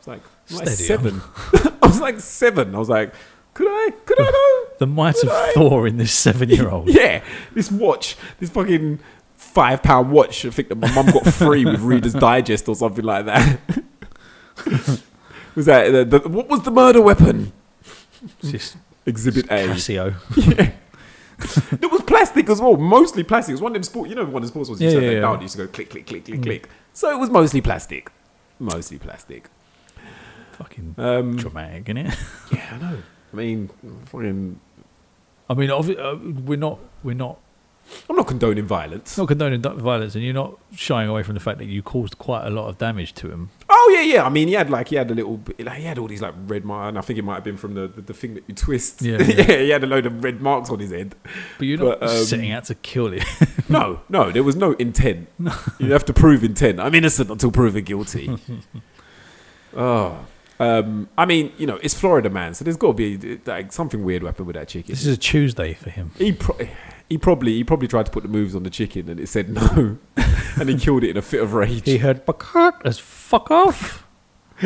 Speaker 1: It's like I'm like
Speaker 2: Steady
Speaker 1: seven. I was like seven. I was like, could I? Could I though?
Speaker 2: The might
Speaker 1: Did
Speaker 2: of
Speaker 1: I?
Speaker 2: Thor in this seven-year-old.
Speaker 1: Yeah, this watch, this fucking five pound watch. I think that my mum got free with Reader's Digest or something like that. was that the, the, what was the murder weapon?
Speaker 2: It's just
Speaker 1: Exhibit A.
Speaker 2: Casio.
Speaker 1: Yeah. it was plastic as well, mostly plastic. It was one of them sports. You know, one of the sports ones you
Speaker 2: Yeah,
Speaker 1: said
Speaker 2: yeah, Mm.
Speaker 1: that
Speaker 2: yeah.
Speaker 1: down. You used to go click, click, click, click, click. So it was mostly plastic, mostly plastic.
Speaker 2: Fucking
Speaker 1: Um,
Speaker 2: dramatic, innit?
Speaker 1: yeah, I know. I mean, fucking.
Speaker 2: I mean, obvi- uh, we're not we're not
Speaker 1: I'm not condoning violence.
Speaker 2: not condoning du- violence, and you're not shying away from the fact that you caused quite a lot of damage to him.
Speaker 1: Oh yeah, yeah. I mean, he had like he had a little, bit- like, he had all these like red marks, and I think it might have been from the the, the thing that you twist.
Speaker 2: Yeah, yeah.
Speaker 1: he had a load of red marks on his head.
Speaker 2: But you're not
Speaker 1: But, um,
Speaker 2: setting out to kill him.
Speaker 1: No, no, there was no intent. you have to prove intent. I'm innocent until proven guilty. oh, um, I mean, you know, it's Florida, man. So there's got to be like something weird happened with that chicken.
Speaker 2: this is a Tuesday for him.
Speaker 1: He pro- he probably he probably tried to put the moves on the chicken, and it said no, and he killed it in a fit of rage.
Speaker 2: He heard Picard as fuck off.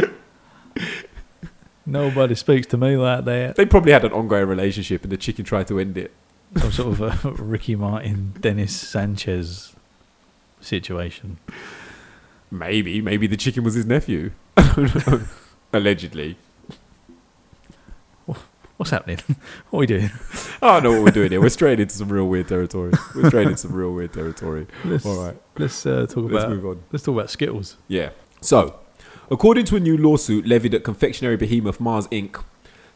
Speaker 2: Nobody speaks to me like that.
Speaker 1: they probably had an ongoing relationship, and the chicken tried to end it.
Speaker 2: Some sort of a Ricky Martin, Dennis Sanchez situation.
Speaker 1: Maybe, maybe the chicken was his nephew. Allegedly.
Speaker 2: What's happening? What are we doing?
Speaker 1: I don't know what we're doing here. We're straight into some real weird territory. We're straight into some real weird territory.
Speaker 2: Let's,
Speaker 1: All right,
Speaker 2: let's uh, talk
Speaker 1: let's
Speaker 2: about
Speaker 1: move on.
Speaker 2: let's talk about Skittles.
Speaker 1: Yeah. So, according to a new lawsuit levied at confectionery behemoth Mars Inc.,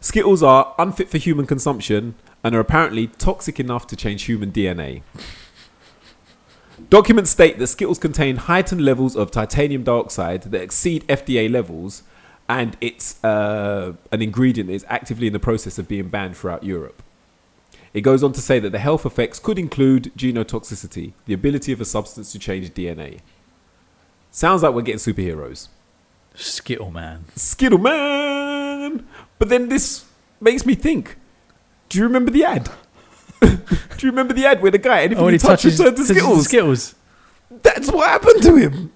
Speaker 1: Skittles are unfit for human consumption and are apparently toxic enough to change human DNA. Documents state that Skittles contain heightened levels of titanium dioxide that exceed FDA levels and it's uh, an ingredient that is actively in the process of being banned throughout Europe. It goes on to say that the health effects could include genotoxicity, the ability of a substance to change DNA. Sounds like we're getting superheroes.
Speaker 2: Skittle man.
Speaker 1: Skittle Man! But then this makes me think do you remember the ad? do you remember the ad where the guy, anything
Speaker 2: Oh,
Speaker 1: he, touches, turns to
Speaker 2: touches the
Speaker 1: Skittles?
Speaker 2: Skittles.
Speaker 1: That's what happened to him.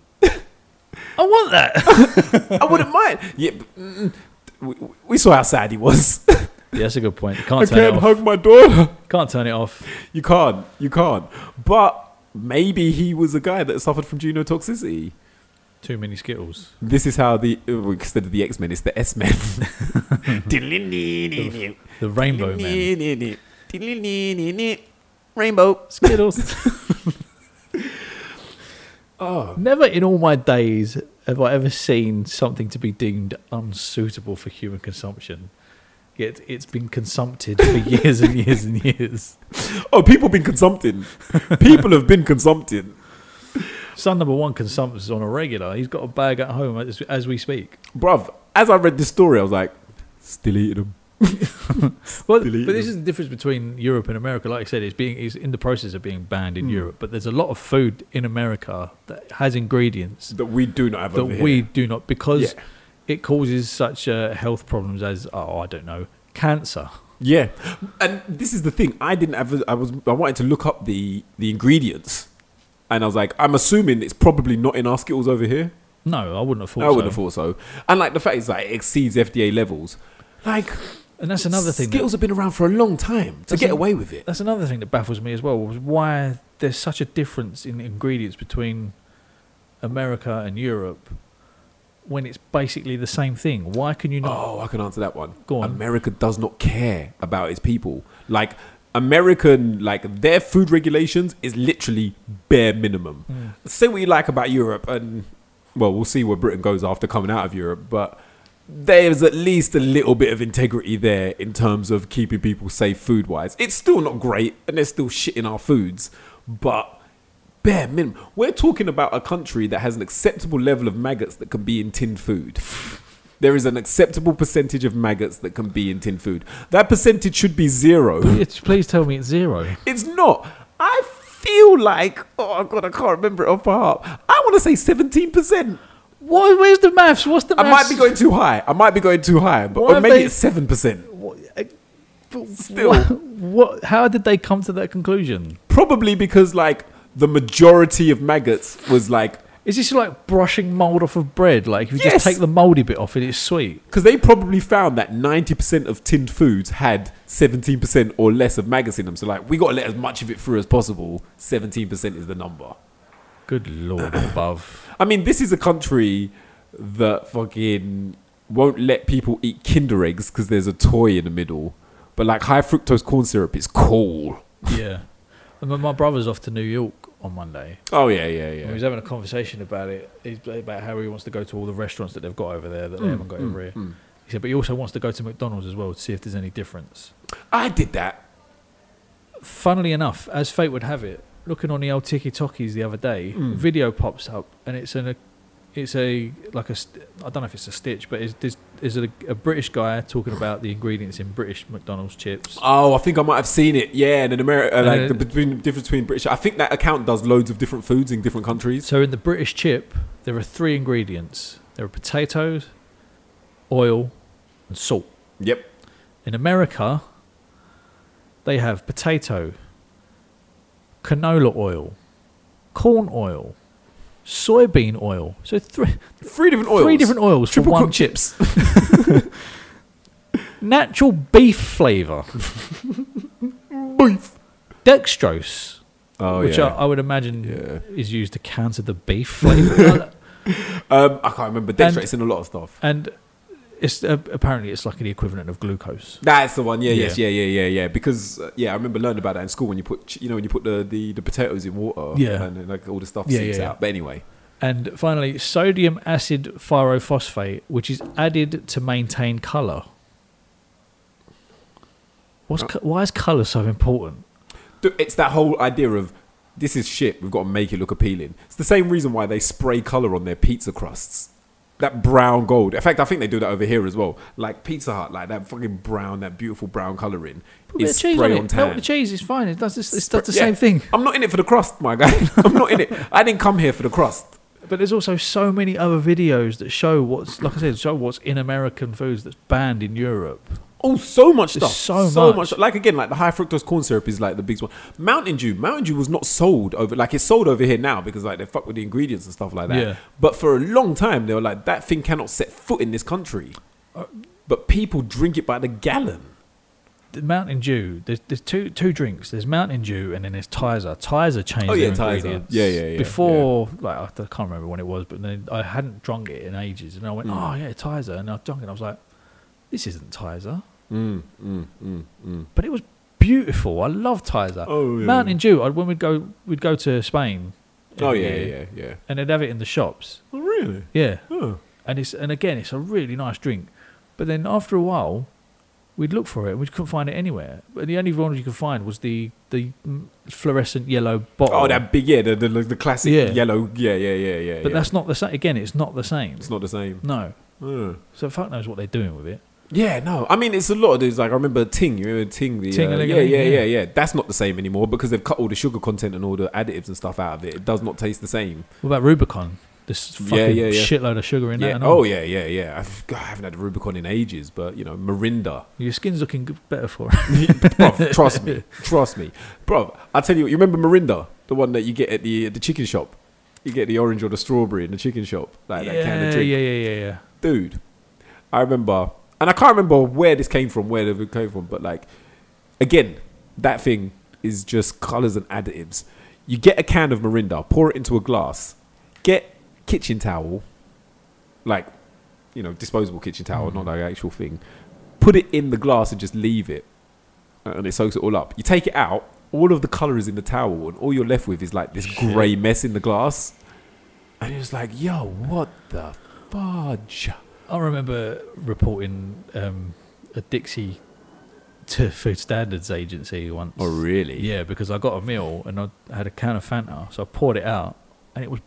Speaker 2: I want that.
Speaker 1: I wouldn't mind. Yeah, but, mm, we, we saw how sad he was.
Speaker 2: yeah, that's a good point. You
Speaker 1: I
Speaker 2: can't turn it
Speaker 1: can't
Speaker 2: off.
Speaker 1: hug my daughter.
Speaker 2: Can't turn it off.
Speaker 1: You can't. You can't. But maybe he was a guy that suffered from genotoxicity.
Speaker 2: Too many Skittles.
Speaker 1: This is how the uh, instead of the X Men, it's the S Men.
Speaker 2: The Rainbow Man.
Speaker 1: Rainbow.
Speaker 2: Skittles.
Speaker 1: Oh,
Speaker 2: Never in all my days have I ever seen something to be deemed unsuitable for human consumption. Yet it's been consumpted for years and years and years.
Speaker 1: oh, people been consumpting. People have been consumpting.
Speaker 2: Son number one consumes on a regular. He's got a bag at home as, as we speak.
Speaker 1: Bruv, as I read this story, I was like, still eating them.
Speaker 2: Well, but
Speaker 1: Delete
Speaker 2: this
Speaker 1: them.
Speaker 2: is the difference between Europe and America. Like I said, it's being it's in the process of being banned in Europe. But there's a lot of food in America that has ingredients
Speaker 1: That we do not have
Speaker 2: that
Speaker 1: over here.
Speaker 2: we do not because
Speaker 1: Yeah.
Speaker 2: it causes such uh, health problems as oh I don't know cancer.
Speaker 1: Yeah, and this is the thing. I didn't have. I was. I wanted to look up the the ingredients, and I was like, I'm assuming it's probably not in our skittles over here.
Speaker 2: No, I wouldn't have thought.
Speaker 1: I wouldn't
Speaker 2: so.
Speaker 1: have thought so. And like the fact is, like it exceeds FDA levels. Like
Speaker 2: And that's another thing. That,
Speaker 1: Skittles have been around for a long time to
Speaker 2: That's
Speaker 1: get
Speaker 2: an-
Speaker 1: away with it.
Speaker 2: that's another thing that baffles me as well was why there's such a difference in ingredients between America and Europe when it's basically the same thing. Why can you not?
Speaker 1: Oh, I can answer that one.
Speaker 2: Go on.
Speaker 1: America does not care about its people. Like American, like their food regulations is literally bare minimum.
Speaker 2: Hmm.
Speaker 1: Say what you like about Europe, and well, we'll see where Britain goes after coming out of Europe, but. There's at least a little bit of integrity there in terms of keeping people safe food wise. It's still not great and they're still shitting our foods, but bare minimum. We're talking about a country that has an acceptable level of maggots that can be in tinned food. There is an acceptable percentage of maggots that can be in tin food. That percentage should be zero.
Speaker 2: It's, please tell me it's zero.
Speaker 1: It's not. I feel like, oh god, I can't remember it off by heart. I want to say seventeen percent.
Speaker 2: What, where's the maths? What's the
Speaker 1: I
Speaker 2: maths?
Speaker 1: might be going too high. I might be going too high, but
Speaker 2: Why
Speaker 1: or
Speaker 2: have
Speaker 1: maybe
Speaker 2: they-
Speaker 1: it's seven percent. Still,
Speaker 2: What, what? How did they come to that conclusion?
Speaker 1: probably because like the majority of maggots was like
Speaker 2: Is this like brushing mold off of bread? Like if you
Speaker 1: Yes.
Speaker 2: just take the moldy bit off it, it's sweet.
Speaker 1: because they probably found that ninety percent of tinned foods had seventeen percent or less of maggots in them. So like we got to let as much of it through as possible. Seventeen percent is the number.
Speaker 2: Good lord above.
Speaker 1: I mean, this is a country that fucking won't let people eat Kinder eggs because there's a toy in the middle. But like high fructose corn syrup is cool.
Speaker 2: Yeah. And my- my brother's off to New York on Monday.
Speaker 1: Oh yeah, yeah,
Speaker 2: And we
Speaker 1: yeah.
Speaker 2: was having a conversation about it. He's about how he wants to go to all the restaurants that they've got over there that they haven't got over here. He said, but he also wants to go to McDonald's as well to see if there's any difference.
Speaker 1: I did that.
Speaker 2: Funnily enough, as fate would have it, looking on the old Tiki Tokis the other day,
Speaker 1: Mm.
Speaker 2: video pops up and it's an, a, it's a like a st- I don't know if it's a stitch, but it's there's, there's a, a British guy talking about the ingredients in British McDonald's chips.
Speaker 1: Oh, I think I might have seen it. Yeah, and in America, uh, like
Speaker 2: Uh,
Speaker 1: the between, difference between British. I think that account does loads of different foods in different countries.
Speaker 2: So in the British chip, there are three ingredients. There are potatoes, oil, and salt.
Speaker 1: Yep.
Speaker 2: In America, they have potato, canola oil, corn oil, soybean oil. So three
Speaker 1: Three different oils.
Speaker 2: three different oils
Speaker 1: triple
Speaker 2: for one
Speaker 1: cooked chips.
Speaker 2: natural beef flavor.
Speaker 1: Beef.
Speaker 2: Dextrose,
Speaker 1: Oh
Speaker 2: which
Speaker 1: yeah.
Speaker 2: I, I would imagine
Speaker 1: Yeah.
Speaker 2: is used to counter the beef flavor.
Speaker 1: um, I can't remember.
Speaker 2: And-
Speaker 1: Dextrose it's in a lot of stuff.
Speaker 2: and it's uh, apparently it's like the equivalent of glucose.
Speaker 1: That's the one. Yeah,
Speaker 2: Yeah.
Speaker 1: yes, yeah, yeah, yeah, yeah. Because uh, yeah, I remember learning about that in school when you put, ch- you know, when you put the the, the potatoes in water.
Speaker 2: Yeah.
Speaker 1: and then, like all the stuff
Speaker 2: Yeah,
Speaker 1: seeps
Speaker 2: yeah, yeah.
Speaker 1: out. But anyway,
Speaker 2: And finally, sodium acid pyrophosphate, which is added to maintain color.
Speaker 1: Uh.
Speaker 2: What's co- why is color so important?
Speaker 1: th- it's that whole idea of this is shit. We've got to make it look appealing. It's the same reason why they spray color on their pizza crusts. that brown gold. In fact, I think they do that over here as well. Like Pizza Hut, like that fucking brown, that beautiful brown coloring
Speaker 2: Put a bit
Speaker 1: is
Speaker 2: of cheese on
Speaker 1: spray on,
Speaker 2: it. Melt
Speaker 1: tan.
Speaker 2: the cheese is fine. It does this, it does the
Speaker 1: Yeah.
Speaker 2: same thing.
Speaker 1: I'm not in it for the crust, my guy. I'm not in it. I didn't come here for the crust.
Speaker 2: But there's also so many other videos that show what's like I said, show what's in American foods that's banned in Europe.
Speaker 1: Oh, so much
Speaker 2: There's
Speaker 1: stuff.
Speaker 2: so much.
Speaker 1: Like again, like the high fructose corn syrup is like the big one. Mountain Dew, Mountain Dew was not sold over. Like it's sold over here now because like they fuck with the ingredients and stuff like that.
Speaker 2: Yeah.
Speaker 1: But for a long time, they were like that thing cannot set foot in this country.
Speaker 2: Uh,
Speaker 1: But people drink it by the gallon.
Speaker 2: The Mountain Dew, there's, there's two two drinks. There's Mountain Dew and then there's Tizer. Tizer changed
Speaker 1: Oh, yeah,
Speaker 2: their
Speaker 1: Tizer.
Speaker 2: ingredients.
Speaker 1: Yeah, yeah, yeah,
Speaker 2: Before, like I can't remember when it was, but then I hadn't drunk it in ages, and I
Speaker 1: Mm.
Speaker 2: went, oh yeah, Tizer, and I drunk it. and I was like, this isn't Tizer,
Speaker 1: Mm, mm, mm, mm.
Speaker 2: but it was beautiful. I love Tizer.
Speaker 1: Oh, yeah.
Speaker 2: Mountain Dew. I, when we'd go, we'd go to Spain.
Speaker 1: Oh
Speaker 2: every
Speaker 1: yeah,
Speaker 2: year,
Speaker 1: yeah, yeah.
Speaker 2: And they'd have it in the shops.
Speaker 1: Oh really?
Speaker 2: Yeah.
Speaker 1: Oh.
Speaker 2: and it's and again it's a really nice drink but then after a while we'd look for it and we couldn't find it anywhere but the only one you could find was the the mm, fluorescent yellow bottle
Speaker 1: Oh, that big yeah, the the, the classic
Speaker 2: Yeah.
Speaker 1: yellow. Yeah, yeah, yeah, yeah.
Speaker 2: but
Speaker 1: yeah.
Speaker 2: that's not the same again it's not the same
Speaker 1: it's not the same.
Speaker 2: no
Speaker 1: Mm.
Speaker 2: so fuck knows what they're doing with it
Speaker 1: Yeah, no. I mean, it's a lot of these. Like, I remember Ting. You remember Ting? The, uh,
Speaker 2: Ting-a-ling-a-ling,
Speaker 1: yeah, yeah,
Speaker 2: yeah.
Speaker 1: yeah, yeah. That's not the same anymore because they've cut all the sugar content and all the additives and stuff out of it. It does not taste the same.
Speaker 2: what about rubicon this fucking
Speaker 1: Yeah, yeah, yeah.
Speaker 2: shitload of sugar in that
Speaker 1: Yeah.
Speaker 2: and all.
Speaker 1: Oh, yeah, yeah, yeah. I've, God, I haven't had Rubicon in ages, but, you know, Mirinda.
Speaker 2: your skin's looking good, better for it
Speaker 1: Bruv, trust me. Trust me. Bruv, I'll tell you, you remember Mirinda? The one that you get at the, at the chicken shop? You get the orange or the strawberry in the chicken shop. Like
Speaker 2: yeah,
Speaker 1: that can of drink.
Speaker 2: yeah yeah yeah yeah
Speaker 1: dude, I remember, and I can't remember where this came from, where it came from, but like, again, that thing is just colors and additives. You get a can of Mirinda, pour it into a glass, get kitchen towel, like, you know, disposable kitchen towel, not like actual thing, put it in the glass and just leave it, and it soaks it all up. You take it out. All of the color is in the towel, and all you're left with is like this
Speaker 2: Shit.
Speaker 1: grey mess in the glass. And it was like, yo, what the fudge?
Speaker 2: I remember reporting um, a Dixie to Food Standards Agency once.
Speaker 1: Oh, really?
Speaker 2: Yeah, because I got a meal and I had a can of Fanta, so I poured it out and it was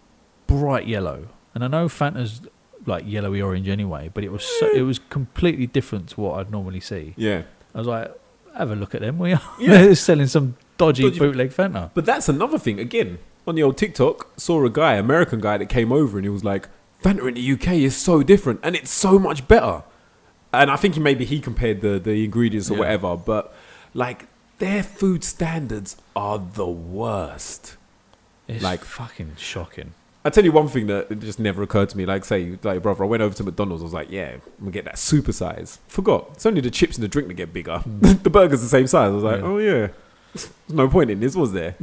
Speaker 2: bright yellow. And I know Fanta's like yellowy orange anyway, but it was so, it was completely different to what I'd normally see.
Speaker 1: Yeah.
Speaker 2: I was like, have a look at them. We are
Speaker 1: Yeah.
Speaker 2: they're selling some dodgy,
Speaker 1: Dodgy-
Speaker 2: bootleg Fanta.
Speaker 1: But that's another thing. Again, on the old TikTok, saw a guy, American guy, that came over and he was like, Fanta in the UK is so different and it's so much better. And I think he, maybe he compared the, the ingredients or
Speaker 2: Yeah.
Speaker 1: whatever, but like their food standards are the worst.
Speaker 2: It's like
Speaker 1: Like-
Speaker 2: fucking shocking.
Speaker 1: I tell you one thing that just never occurred to me. Like, say, like, brother, I went over to McDonald's. I was like, yeah, I'm gonna get that super size. Forgot. It's only the chips and the drink that get bigger. the burger's the same size. I was like,
Speaker 2: Hmm. Yeah.
Speaker 1: oh yeah, there's no point in this, was there?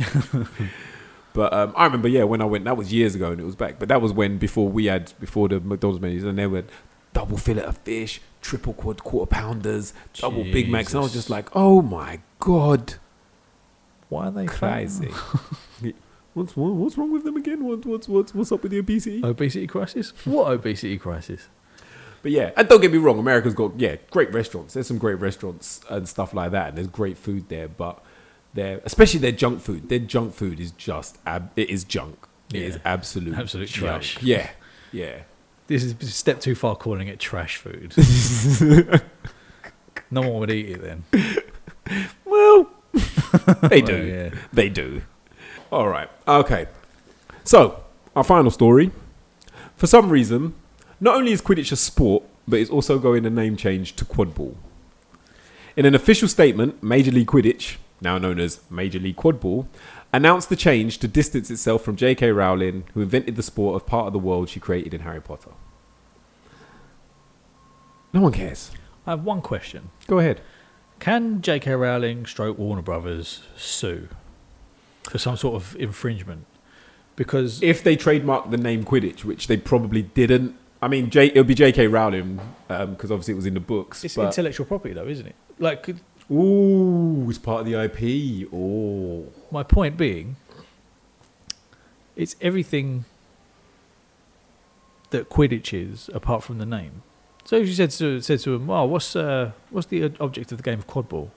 Speaker 1: but um, I remember, yeah, when I went, that was years ago, and it was back. But that was when before we had before the McDonald's menus, and they were double fillet of fish, triple quad quarter pounders, double Big Macs, and I was
Speaker 2: Jesus.
Speaker 1: just like, oh my god
Speaker 2: Why are they
Speaker 1: crazy. what's what, what's wrong with them again? What, what's what's what's up with the obesity?
Speaker 2: Obesity crisis? What obesity crisis?
Speaker 1: But yeah, and don't get me wrong, America's got yeah great restaurants. There's some great restaurants and stuff like that, and there's great food there. But their especially their junk food, their junk food is just ab- it is junk. It is
Speaker 2: Yeah.
Speaker 1: absolute
Speaker 2: Absolute
Speaker 1: junk.
Speaker 2: trash.
Speaker 1: Yeah, yeah.
Speaker 2: This is a step too far calling it trash food. no one would eat it then.
Speaker 1: Well, they do.
Speaker 2: Well, yeah.
Speaker 1: They do. All right. Okay. So, our final story. For some reason, not only is Quidditch a sport, but it's also going a name change to quadball. In an official statement, Major League Quidditch, now known as Major League Quadball, announced the change to distance itself from J.K. Rowling, who invented the sport of part of the world she created in Harry Potter. No one cares.
Speaker 2: I have one question.
Speaker 1: Go ahead.
Speaker 2: Can J.K. Rowling stroke Warner Brothers sue for some sort of infringement? Because
Speaker 1: if they trademarked the name Quidditch, which they probably didn't. I mean, J, it'll be J.K. Rowling because obviously it was in the books.
Speaker 2: it's
Speaker 1: but,
Speaker 2: intellectual property, though, isn't it? Like, could-
Speaker 1: ooh, it's part of the IP. Oh,
Speaker 2: my point being, it's everything that Quidditch is apart from the name. So if you said to, said to them, oh, what's, uh, what's the object of the game of quadball?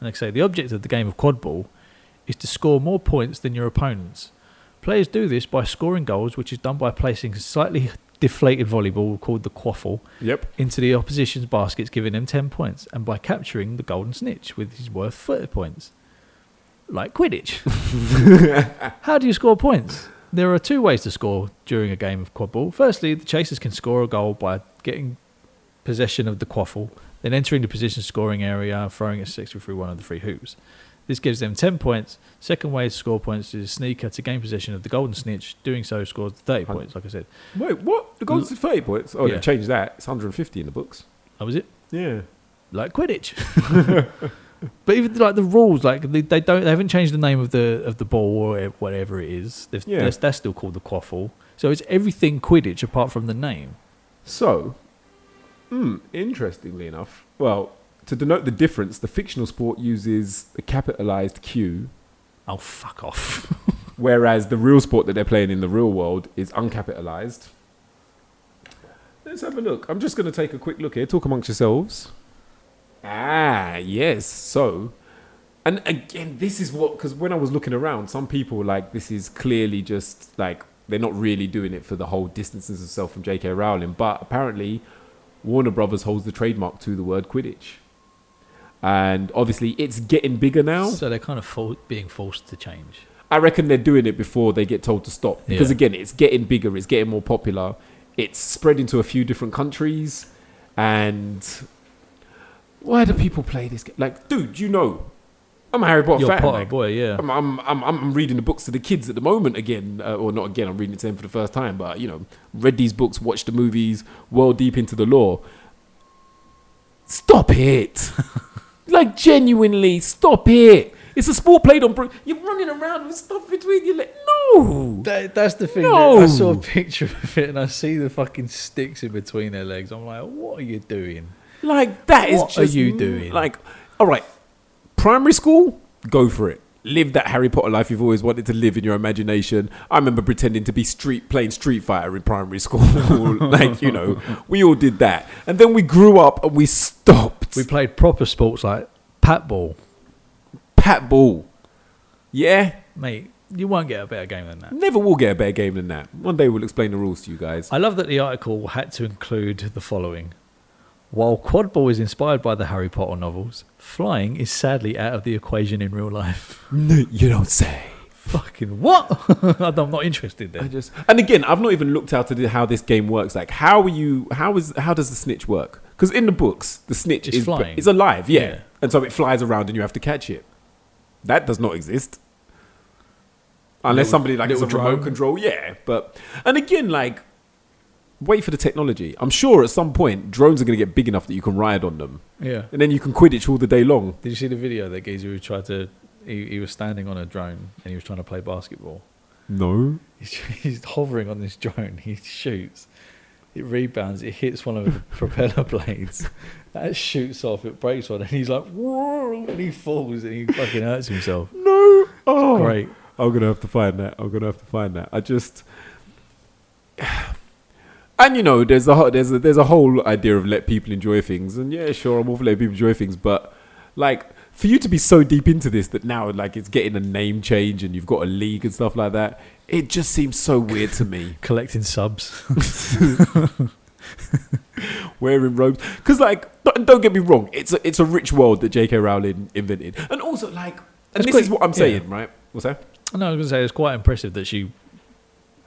Speaker 2: And they say, the object of the game of quadball is to score more points than your opponents. Players do this by scoring goals, which is done by placing slightly deflated volleyball called the quaffle
Speaker 1: Yep.
Speaker 2: into the opposition's baskets, giving them 10 points, and by capturing the golden snitch, which is worth 30 points. Like Quidditch. How do you score points? There are two ways to score during a game of quaffle. Firstly, the chasers can score a goal by getting possession of the quaffle, then entering the position scoring area and throwing a six through one of the three hoops. This gives them 10 points. Second way to score points is a sneaker to gain possession of the golden snitch. Doing so scores 30
Speaker 1: Hun-
Speaker 2: points, like I said.
Speaker 1: Wait, what? The goals is 30 points. Oh,
Speaker 2: Yeah.
Speaker 1: they changed that. It's 150 in the books.
Speaker 2: That was Oh, it.
Speaker 1: Yeah.
Speaker 2: like Quidditch. but even like the rules, like they, they don't, they haven't changed the name of the of the ball or whatever it is. They've,
Speaker 1: Yeah.
Speaker 2: that's, that's still called the quaffle. So it's everything Quidditch apart from the name.
Speaker 1: So, hmm, interestingly enough, well, to denote the difference, the fictional sport uses a capitalized Q,
Speaker 2: Oh fuck off!
Speaker 1: whereas the real sport that they're playing in the real world is uncapitalized. Let's have a look. I'm just going to take a quick look here. Talk amongst yourselves. Ah, yes. So, and again, this is what, because when I was looking around, some people like, this is clearly just like, they're not really doing it for the whole distances themselves from J.K. Rowling, but apparently Warner Brothers holds the trademark to the word Quidditch. And obviously, it's getting bigger now.
Speaker 2: so they're kind of for, being forced to change.
Speaker 1: I reckon they're doing it before they get told to stop because
Speaker 2: Yeah.
Speaker 1: again, it's getting bigger, it's getting more popular, it's spreading to a few different countries, and why do people play this? Game? Like, dude, you know, I'm a Um, Harry Potter
Speaker 2: You're
Speaker 1: fan.
Speaker 2: Potter
Speaker 1: like,
Speaker 2: boy, yeah.
Speaker 1: I'm, I'm, I'm, I'm reading the books to the kids at the moment again, uh, or not again. I'm reading it to them for the first time, but you know, read these books, watched the movies, well deep into the lore. Stop it! like genuinely, stop it! It's a sport played on. Bro- You're running around with stuff between your legs. No,
Speaker 2: That, that's the thing.
Speaker 1: No!
Speaker 2: that I saw a picture of it and I see the fucking sticks in between their legs. I'm like, what are you doing?
Speaker 1: like that is
Speaker 2: What are
Speaker 1: just
Speaker 2: you
Speaker 1: n-
Speaker 2: doing?
Speaker 1: Like, all right, primary school, go for it. Live that Harry Potter life you've always wanted to live in your imagination. I remember pretending to be street playing Street Fighter in primary school. like, you know, we all did that. And then we grew up and we stopped.
Speaker 2: We
Speaker 1: We
Speaker 2: played proper sports like pat ball,
Speaker 1: pat ball. Yeah?
Speaker 2: mate. You won't get a better game than that.
Speaker 1: Never will get a better game than that. One day we'll explain the rules to you guys.
Speaker 2: I love that the article had to include the following. While quadball is inspired by the Harry Potter novels, flying is sadly out of the equation in real life.
Speaker 1: you don't say.
Speaker 2: Fucking what? I'm not interested
Speaker 1: I
Speaker 2: then.
Speaker 1: just and again, I've not even looked out to the- how this game works. Like, how are you? How is how does the snitch work? Because in the books, the snitch
Speaker 2: It's
Speaker 1: is
Speaker 2: flying.
Speaker 1: It's alive, yeah.
Speaker 2: Yeah.
Speaker 1: and so it flies around, and you have to catch it. That does not exist, unless
Speaker 2: Little-
Speaker 1: somebody like has a
Speaker 2: little
Speaker 1: remote
Speaker 2: drone.
Speaker 1: control. Yeah, but and again, like, wait for the technology. I'm sure at some point drones are going to get big enough that you can ride on them,
Speaker 2: Yeah.
Speaker 1: and then you can quidditch all the day long.
Speaker 2: Did you see the video that geezer who tried to? He, he was standing on a drone and he was trying to play basketball.
Speaker 1: No,
Speaker 2: He's, he's hovering on this drone. He shoots. It rebounds. It hits one of the propeller blades. That shoots off. It breaks one, and he's like, "Whoa!" And he falls, and he fucking hurts himself.
Speaker 1: no. Oh,
Speaker 2: Great.
Speaker 1: I'm gonna have to find that. I'm gonna have to find that. I just, and you know, there's a ho- there's a, there's a whole idea of let people enjoy things, and yeah, sure, I'm all for letting people enjoy things, but like for you to be so deep into this that now like it's getting a name change and you've got a league and stuff like that, it just seems so weird to me.
Speaker 2: collecting subs.
Speaker 1: Wearing robes, because like, don't, don't get me wrong, it's a, it's a rich world that J.K. Rowling invented, and also like, and
Speaker 2: It's
Speaker 1: this
Speaker 2: quite-
Speaker 1: is what I'm
Speaker 2: yeah.
Speaker 1: saying, right? What's that?
Speaker 2: no, I was going to say it's quite impressive that she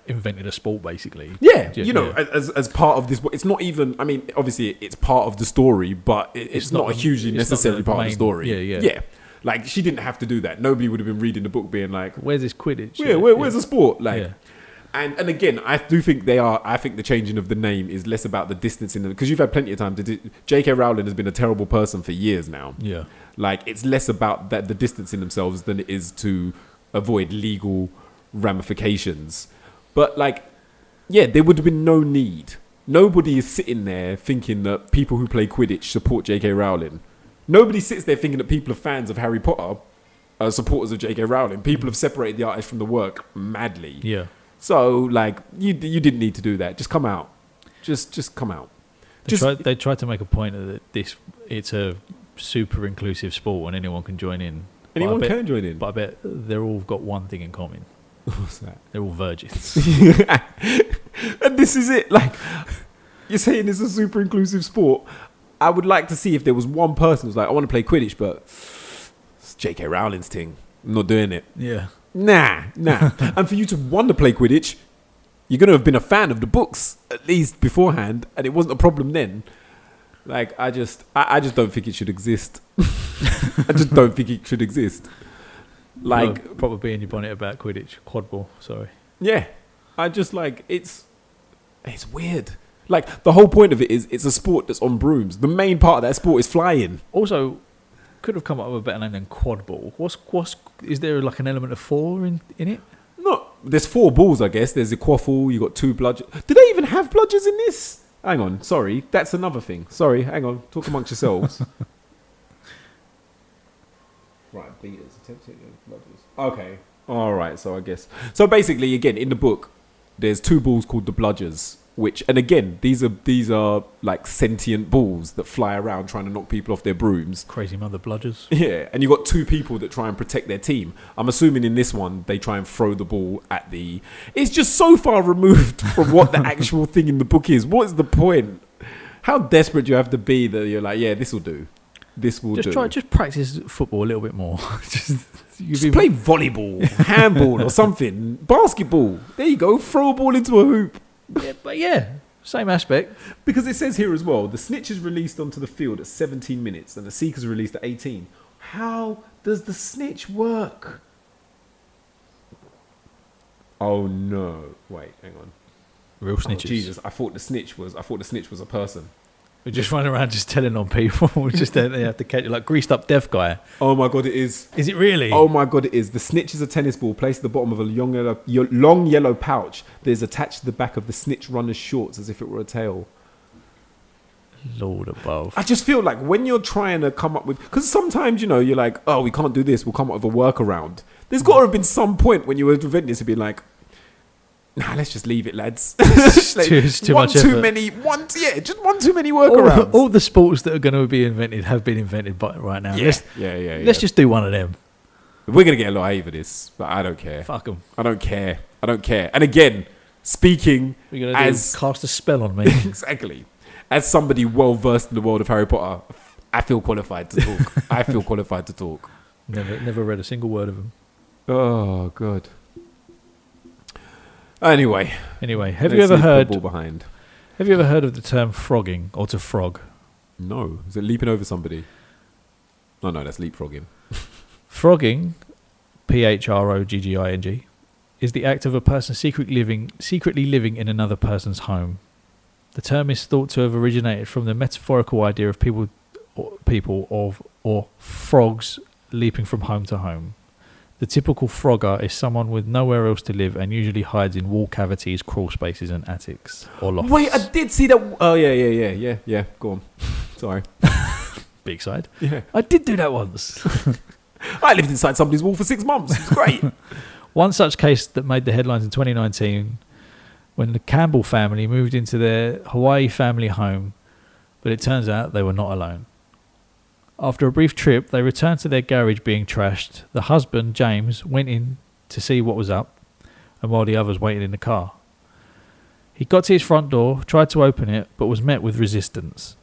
Speaker 2: invented a sport basically.
Speaker 1: Yeah,
Speaker 2: Yeah,
Speaker 1: you know,
Speaker 2: yeah.
Speaker 1: as as part of this, it's not even. I mean, obviously, it's part of the story, but it, it's,
Speaker 2: not
Speaker 1: not,
Speaker 2: the-
Speaker 1: hugely
Speaker 2: it's not
Speaker 1: necessarily
Speaker 2: the
Speaker 1: part of
Speaker 2: main-
Speaker 1: the story.
Speaker 2: yeah, yeah.
Speaker 1: yeah. Like she didn't have to do that. Nobody would have been reading the book, being like,
Speaker 2: Where's this Quidditch?
Speaker 1: "Yeah, where, where's the sport?" Like,
Speaker 2: Yeah.
Speaker 1: and and again, I do think they are. I think the changing of the name is less about the distance in because you've had plenty of time to. Do, J.K. Rowling has been a terrible person for years now.
Speaker 2: Yeah.
Speaker 1: Like it's less about that the distance in themselves than it is to avoid legal ramifications. But like, yeah, there would have been no need. Nobody is sitting there thinking that people who play Quidditch support J.K. Rowling. Nobody sits there thinking that people are fans of Harry Potter are supporters of J.K. Rowling. People have separated the artist from the work madly.
Speaker 2: Yeah.
Speaker 1: So like, you you didn't need to do that. Just come out. Just just come out.
Speaker 2: They,
Speaker 1: Just-
Speaker 2: tried, they tried to make a point that this it's a super inclusive sport and anyone can join in. But I
Speaker 1: Anyone
Speaker 2: bet-
Speaker 1: can join in.
Speaker 2: But I bet they're all got one thing in common.
Speaker 1: What's that?
Speaker 2: They're all virgins.
Speaker 1: and this is it. Like you're saying, it's a super inclusive sport. I would like to see if there was one person who's like, I want to play Quidditch, but it's J.K. Rowling's thing. I'm not doing it.
Speaker 2: Yeah.
Speaker 1: Nah, nah. and for you to want to play Quidditch, you're going to have been a fan of the books at least beforehand, and it wasn't a problem then. Like I just, I, I just don't think it should exist. I just don't think it should exist. Like,
Speaker 2: No, probably be in your bonnet about Quidditch quad ball. Sorry.
Speaker 1: yeah, I just like it's, it's weird. Like the whole point of it is, it's a sport that's on brooms. The main part of that sport is flying.
Speaker 2: Also, could have come up with a better name than quad ball. What's what's is there like an element of four in in it?
Speaker 1: No, there's four balls, I guess. There's the quaffle. You got two bludge. Do they even have bludgers in this? Hang on, sorry, that's another thing. Sorry, hang on. Talk amongst yourselves. right, beaters, attempted bludgers. Okay, all right. So I guess so. Basically, again, in the book, there's two balls called the bludgers. Which and again, these are these are like sentient balls that fly around trying to knock people off their brooms.
Speaker 2: Crazy mother bludgers.
Speaker 1: Yeah, and you've got two people that try and protect their team. I'm assuming in this one they try and throw the ball at the. It's just so far removed from what the actual thing in the book is. What is the point? How desperate do you have to be that you're like, yeah, this will do. This will
Speaker 2: just
Speaker 1: do.
Speaker 2: try, just practice football a little bit more. just you
Speaker 1: just play volleyball, handball, or something. Basketball. There you go. Throw a ball into a hoop.
Speaker 2: Yeah, but yeah, same aspect.
Speaker 1: Because it says here as well, the snitch is released onto the field at 17 minutes and the seeker's released at 18. How does the snitch work? Oh no. Wait, hang on.
Speaker 2: Real
Speaker 1: Oh,
Speaker 2: snitches.
Speaker 1: Jesus, I thought the snitch was I thought the snitch was a person.
Speaker 2: We just run around just telling on people. We just don't they have to catch like greased up deaf guy.
Speaker 1: Oh my god, it is.
Speaker 2: Is it really?
Speaker 1: Oh my god, it is. The snitch is a tennis ball placed at the bottom of a long yellow, yo- long yellow pouch that is attached to the back of the snitch runner's shorts as if it were a tail.
Speaker 2: Lord above.
Speaker 1: I just feel like when you're trying to come up with, because sometimes you know you're like, oh, we can't do this. We'll come up with a workaround.
Speaker 2: Mm.
Speaker 1: There's got to have been some point when you were inventing this to be like, nah, let's just leave it, lads. Like,
Speaker 2: too- it's too
Speaker 1: one
Speaker 2: much
Speaker 1: too
Speaker 2: effort.
Speaker 1: many, one yeah, just one too many
Speaker 2: all,
Speaker 1: workarounds.
Speaker 2: all the sports that are going to be invented have been invented by right now.
Speaker 1: yeah.
Speaker 2: Let's,
Speaker 1: yeah, yeah, yeah.
Speaker 2: let's just do one of them.
Speaker 1: We're gonna get a lot of hate for this, but I don't care.
Speaker 2: Fuck them.
Speaker 1: I don't care. I don't care. And again, speaking
Speaker 2: We're going to
Speaker 1: as
Speaker 2: cast a spell on me.
Speaker 1: exactly as somebody well versed in the world of Harry Potter, I feel qualified to talk. I feel qualified to talk.
Speaker 2: never, never read a single word of them.
Speaker 1: Oh god. Anyway,
Speaker 2: Anyway, have
Speaker 1: let's
Speaker 2: you ever
Speaker 1: leave
Speaker 2: heard?
Speaker 1: football behind?
Speaker 2: Have you ever heard of the term frogging or to frog?
Speaker 1: No, is it leaping over somebody? No, no, that's leapfrogging.
Speaker 2: Frogging, P H R O G G I N G, is the act of a person secretly living, secretly living in another person's home. The term is thought to have originated from the metaphorical idea of people, or, people of or frogs leaping from home to home. The typical frogger is someone with nowhere else to live and usually hides in wall cavities, crawl spaces, and attics or lofts.
Speaker 1: Wait, I did see that. Oh yeah, yeah, yeah, yeah, yeah. Go on. Sorry.
Speaker 2: big side.
Speaker 1: Yeah,
Speaker 2: I did do that once.
Speaker 1: I lived inside somebody's wall for six months. It was great.
Speaker 2: One such case that made the headlines in 2019 when the Campbell family moved into their Hawaii family home, but it turns out they were not alone. After a brief trip, they returned to their garage being trashed. The husband, James, went in to see what was up, and while the others waited in the car. He got to his front door, tried to open it, but was met with resistance.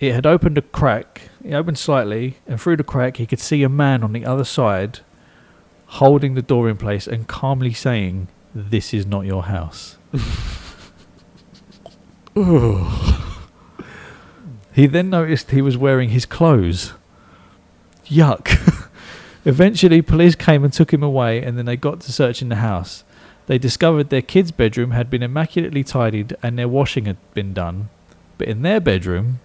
Speaker 2: It had opened a crack, it opened slightly, and through the crack, he could see a man on the other side holding the door in place and calmly saying, This is not your house. he then noticed he was wearing his clothes. Yuck. Eventually, police came and took him away, and then they got to searching the house. They discovered their kids' bedroom had been immaculately tidied and their washing had been done. But in their bedroom,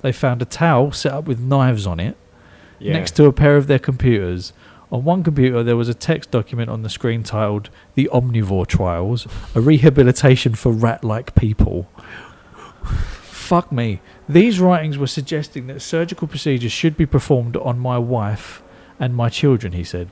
Speaker 2: they found a towel set up with knives on it
Speaker 1: Yeah.
Speaker 2: next to a pair of their computers. On one computer, there was a text document on the screen titled The Omnivore Trials, a rehabilitation for rat like people. Fuck me. These writings were suggesting that surgical procedures should be performed on my wife and my children, he said.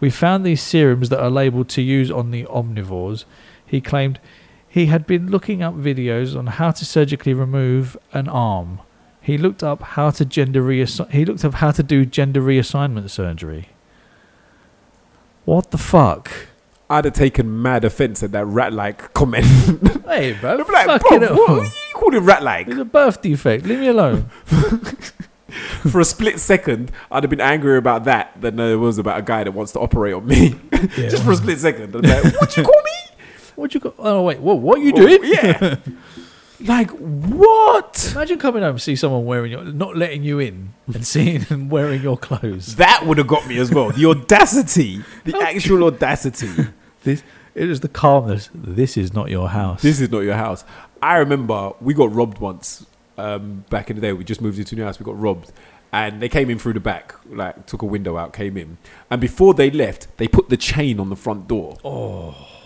Speaker 2: We found these serums that are labelled to use on the omnivores. He claimed he had been looking up videos on how to surgically remove an arm. He looked up how to gender reassi- he looked up how to do gender reassignment surgery. What the fuck?
Speaker 1: I'd have taken mad offense at that rat like comment.
Speaker 2: Hey, bro.
Speaker 1: I'd be like,
Speaker 2: fucking
Speaker 1: bro,
Speaker 2: hell.
Speaker 1: what you call it rat like?
Speaker 2: It's a birth defect. Leave me alone.
Speaker 1: For a split second, I'd have been angrier about that than I was about a guy that wants to operate on me. Just for a split second. I'd be like, what you call me?
Speaker 2: What you got? Oh wait, whoa, what you doing?
Speaker 1: Yeah. like, what?
Speaker 2: Imagine coming home and see someone wearing your, not letting you in, and seeing them wearing your clothes.
Speaker 1: That would have got me as well. The audacity. The actual audacity.
Speaker 2: This it is the calmness. This is not your house.
Speaker 1: This is not your house. I remember we got robbed once um, back in the day. We just moved into a new house. We got robbed. And they came in through the back, like took a window out, came in. And before they left, they put the chain on the front door. Oh.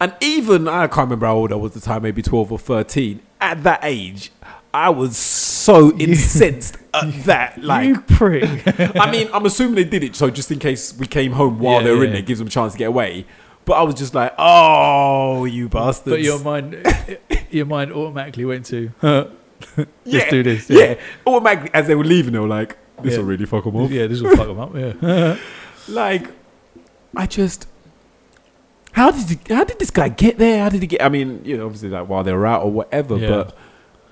Speaker 1: And even, I can't remember how old I was at the time, maybe 12 or 13. At that age, I was so incensed at that. Like,
Speaker 2: you prick.
Speaker 1: I mean, I'm assuming they did it so just in case we came home while
Speaker 2: Yeah,
Speaker 1: they were in
Speaker 2: yeah.
Speaker 1: there, it gives them a chance to get away. But I was just like, oh, you bastards.
Speaker 2: but your mind, your mind automatically went to. Huh, let's
Speaker 1: Yeah,
Speaker 2: do this.
Speaker 1: yeah. Automatically, as they were leaving, they were like, this will
Speaker 2: Yeah.
Speaker 1: really fuck them
Speaker 2: yeah,
Speaker 1: off.
Speaker 2: yeah. This will fuck them up. Yeah.
Speaker 1: Like, I just. How did he, how did this guy get there? How did he get? I mean, you know, obviously, like while they were out or whatever.
Speaker 2: Yeah.
Speaker 1: But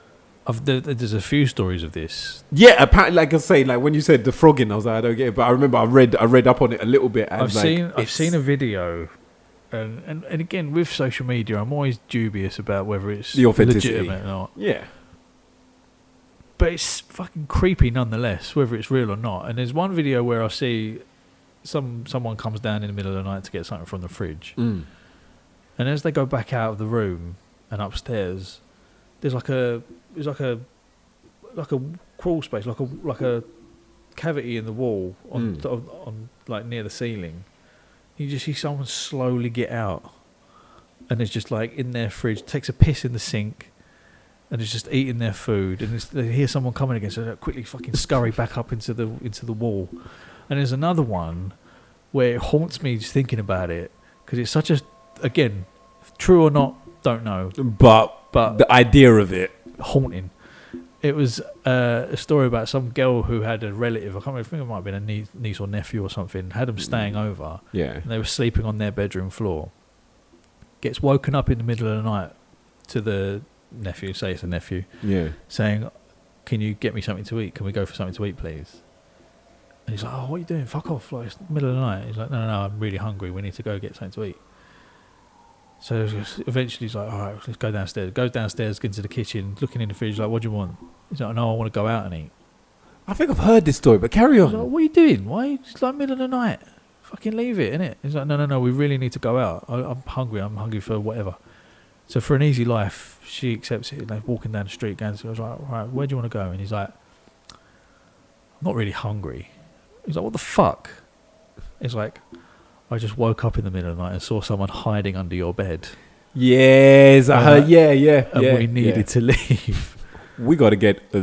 Speaker 2: I've, there, there's a few stories of this.
Speaker 1: yeah, apparently, like I say, like when you said the frogging, I was like, I don't get it. But I remember I read I read up on it a little bit. And
Speaker 2: I've
Speaker 1: like,
Speaker 2: seen I've
Speaker 1: it's-
Speaker 2: seen a video, and, and and again with social media, I'm always dubious about whether it's
Speaker 1: The authenticity.
Speaker 2: legitimate or not.
Speaker 1: yeah.
Speaker 2: but it's fucking creepy nonetheless, whether it's real or not. And there's one video where I see some someone comes down in the middle of the night to get something from the fridge,
Speaker 1: Mm.
Speaker 2: and as they go back out of the room and upstairs, there's like a there's like a like a crawl space, like a like a cavity in the wall on
Speaker 1: Mm.
Speaker 2: sort of- on like near the ceiling. You just see someone slowly get out, and it's just like in their fridge, takes a piss in the sink, and is just eating their food. And it's, they hear someone coming again, so they quickly fucking scurry back up into the into the wall. And there's another one where it haunts me just thinking about it because it's such a again, true or not, don't know,
Speaker 1: But
Speaker 2: But-
Speaker 1: the idea of it,
Speaker 2: haunting. It was uh, a story about some girl who had a relative. I can't remember. I think it might have been a nie- niece or nephew or something. Had them staying over,
Speaker 1: yeah,
Speaker 2: and they were sleeping on their bedroom floor. Gets woken up in the middle of the night to the nephew. Say it's a nephew
Speaker 1: yeah.
Speaker 2: saying, "Can you get me something to eat? Can we go for something to eat, please?" And he's like, "Oh, what are you doing? Fuck off! Like it's the middle of the night." He's like, "No, no, no I'm really hungry. We need to go get something to eat." So it's just- eventually he's like, "All right, let's go downstairs." Goes downstairs, gets into the kitchen, looking in the fridge, like, "What do you want?" He's like, "No, I want to go out and eat."
Speaker 1: I think I've heard this story, but carry
Speaker 2: He's like,
Speaker 1: on.
Speaker 2: "What are you doing? Why? Are you, it's like middle of the night. Fucking leave it, innit?" He's like, "No, no, no. We really need to go out. I, I'm hungry. I'm hungry for whatever." So for an easy life, she accepts it. And they're walking down the street, going. So I was like, "Right, where do you want to go?" And he's like, "I'm not really hungry." He's like, "What the fuck?" He's like, "I just woke up in the middle of the night and saw someone hiding under your bed,
Speaker 1: Yes, I
Speaker 2: Uh,
Speaker 1: heard. Yeah, yeah,
Speaker 2: and
Speaker 1: yeah,
Speaker 2: we needed to leave."
Speaker 1: yeah. We got to get the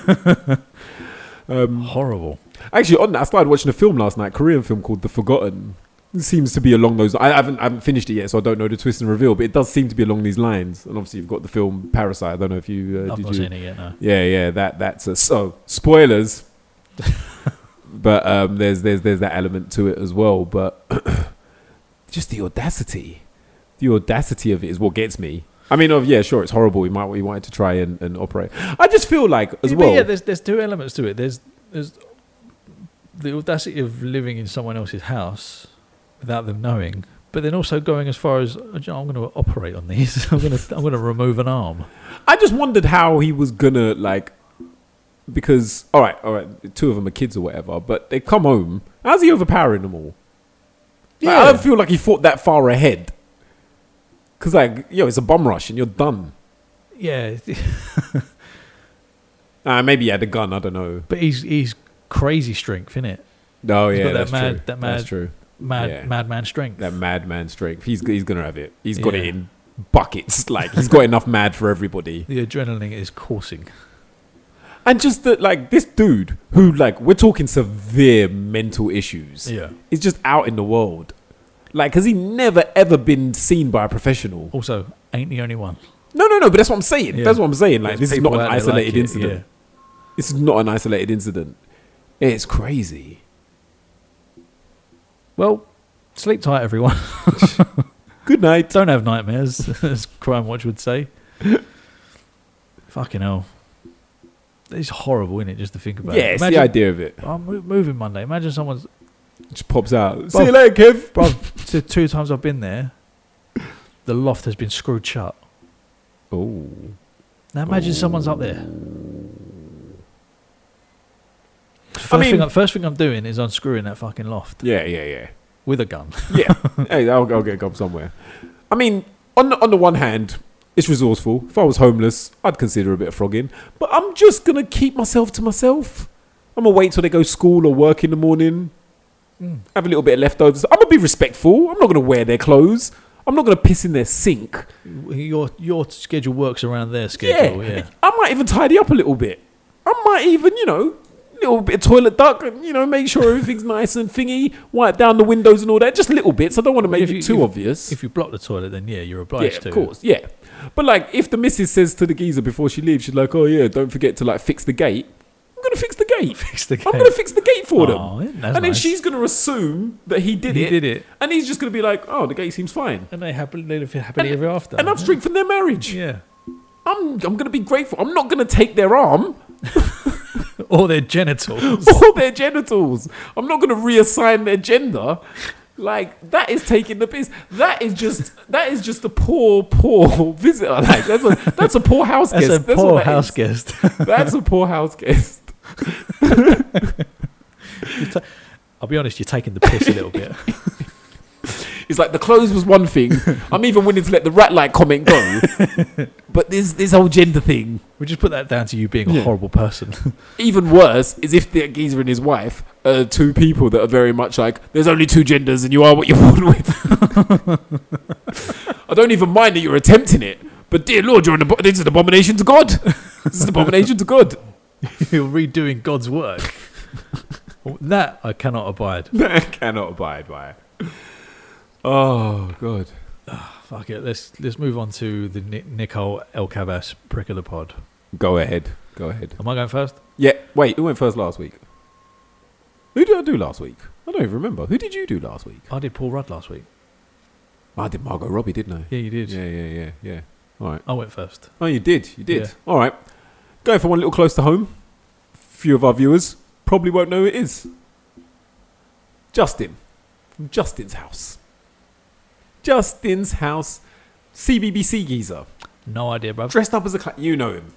Speaker 1: fuck out. um,
Speaker 2: Horrible.
Speaker 1: actually, on that, I started watching a film last night, Korean film called The Forgotten. It seems to be along those. I haven't, I haven't finished it yet, so I don't know the twist and reveal. But it does seem to be along these lines. And obviously, you've got the film Parasite. I don't know if you uh,
Speaker 2: I've
Speaker 1: did
Speaker 2: not
Speaker 1: you.
Speaker 2: seen it yet. No.
Speaker 1: Yeah, yeah, that that's a so spoilers. but um there's there's there's that element to it as well, but just the audacity. The audacity of it is what gets me. I mean, of yeah, sure, it's horrible. You might you wanted to try and, and operate. I just feel like as
Speaker 2: Yeah, but
Speaker 1: well.
Speaker 2: Yeah, there's there's two elements to it. There's there's the audacity of living in someone else's house without them knowing, but then also going as far as "Oh, do you know, I'm going to operate on these. I'm going to I'm going to remove an arm.
Speaker 1: I just wondered how he was gonna like because all right, all right, the two of them are kids or whatever, but they come home. How's he overpowering them all? Like, I
Speaker 2: Yeah.
Speaker 1: don't feel like he thought that far ahead. Cause like, yo, it's a bum rush and you're done.
Speaker 2: Yeah,
Speaker 1: Uh, maybe he had a gun. I don't know.
Speaker 2: but he's he's crazy strength, innit?
Speaker 1: No,
Speaker 2: He's
Speaker 1: Oh, yeah,
Speaker 2: got that
Speaker 1: that's
Speaker 2: mad-
Speaker 1: true.
Speaker 2: that
Speaker 1: that's
Speaker 2: mad-
Speaker 1: true.
Speaker 2: Mad
Speaker 1: Yeah.
Speaker 2: madman strength.
Speaker 1: That madman strength. He's he's gonna have it. He's got it
Speaker 2: Yeah.
Speaker 1: in buckets. Like he's got enough mad for everybody.
Speaker 2: the adrenaline is coursing.
Speaker 1: And just that, like this dude who, like, we're talking severe mental issues.
Speaker 2: Yeah.
Speaker 1: is just out in the world. Like, has he never ever been seen by a professional?
Speaker 2: Also, ain't the only one.
Speaker 1: No, no, no. But that's what I'm saying.
Speaker 2: Yeah.
Speaker 1: That's what I'm saying. Like,
Speaker 2: There's
Speaker 1: this is
Speaker 2: people
Speaker 1: not an
Speaker 2: out there like
Speaker 1: isolated
Speaker 2: it,
Speaker 1: incident.
Speaker 2: yeah.
Speaker 1: This is not an isolated incident. It's crazy.
Speaker 2: Well, Sleep tight, everyone.
Speaker 1: Good night.
Speaker 2: Don't have nightmares, as Crime Watch would say. Fucking hell. It's horrible, isn't it, just to think about?
Speaker 1: yeah, it's
Speaker 2: Imagine,
Speaker 1: the idea of it.
Speaker 2: I'm mo- moving Monday. Imagine someone's.
Speaker 1: Just pops out. See you later, Kev.
Speaker 2: Bro, t- two times I've been there, the loft has been screwed shut.
Speaker 1: Oh,
Speaker 2: Now imagine someone's up there. First,
Speaker 1: mean-
Speaker 2: thing, I- first thing I'm doing is unscrewing that fucking loft
Speaker 1: yeah, yeah, yeah.
Speaker 2: with a gun.
Speaker 1: Yeah. hey, I'll, I'll get a gob somewhere. I mean, on the, on the one hand, it's resourceful. If I was homeless, I'd consider a bit of frogging. But I'm just going to keep myself to myself. I'm going to wait till they go school or work in the morning.
Speaker 2: Hmm.
Speaker 1: Have a little bit of leftovers. I'm going to be respectful. I'm not going to wear their clothes. I'm not going to piss in their sink.
Speaker 2: Your your schedule works around their schedule. Yeah.
Speaker 1: I might even tidy up a little bit. I might even, you know, little bit of toilet duck, you know, make sure everything's nice and thingy, wipe down the windows and all that, just little bits. I don't want to make
Speaker 2: if
Speaker 1: it
Speaker 2: you-
Speaker 1: too obvious.
Speaker 2: If you block the toilet, then yeah, you're
Speaker 1: yeah,
Speaker 2: obliged
Speaker 1: of
Speaker 2: to.
Speaker 1: course, yeah. But like, if the missus says to the geezer before she leaves, she's like, "Oh yeah, don't forget to like fix the gate." I'm gonna fix the gate.
Speaker 2: Fix the
Speaker 1: I'm
Speaker 2: gate.
Speaker 1: gonna fix the gate for
Speaker 2: Aw,
Speaker 1: them.
Speaker 2: that's
Speaker 1: And then
Speaker 2: nice.
Speaker 1: she's gonna assume that he did
Speaker 2: He
Speaker 1: it.
Speaker 2: did it.
Speaker 1: And he's just gonna be like, "Oh, the gate seems fine."
Speaker 2: And they happily they live happily ever after.
Speaker 1: And I'm strengthened their marriage.
Speaker 2: yeah.
Speaker 1: I'm, I'm gonna be grateful. I'm not gonna take their arm
Speaker 2: Or their genitals.
Speaker 1: or their genitals. I'm not gonna reassign their gender. Like that is taking the piss. That is just that is just a poor, poor visitor. Like that's a that's a poor house
Speaker 2: That's
Speaker 1: guest.
Speaker 2: a poor
Speaker 1: what that
Speaker 2: house
Speaker 1: is.
Speaker 2: guest.
Speaker 1: That's a poor house guest.
Speaker 2: I'll be honest, you're taking the piss a little bit.
Speaker 1: It's like the clothes was one thing. I'm even willing to let the rat like comment go. but this this whole gender thing,
Speaker 2: We just put that down to you being
Speaker 1: Yeah.
Speaker 2: a horrible person.
Speaker 1: even worse, is if the geezer and his wife are two people that are very much like, there's only two genders and you are what you're born with. I don't even mind that you're attempting it. But dear Lord, you're an abo- this is an abomination to God. This is an abomination to God.
Speaker 2: you're redoing God's work. that I cannot abide.
Speaker 1: I cannot abide by it. Oh, God.
Speaker 2: Fuck it. Let's let's move on to the Ni- Nicole El Cabas prick of the pod.
Speaker 1: Go ahead. Go ahead.
Speaker 2: Am I going first?
Speaker 1: Yeah, wait, who went first last week? Who did I do last week? I don't even remember. Who did you do last week?
Speaker 2: I did Paul Rudd last week.
Speaker 1: I did Margot Robbie, didn't I?
Speaker 2: Yeah, you did.
Speaker 1: Yeah, yeah, yeah, yeah. All right.
Speaker 2: I went first.
Speaker 1: Oh, you did. You did.
Speaker 2: Yeah.
Speaker 1: All right. Going for one little close to home. Few of our viewers probably won't know who it is. Justin. From Justin's house. Justin's house. CBBC geezer.
Speaker 2: No idea, bro.
Speaker 1: Dressed up as a clown. You know him.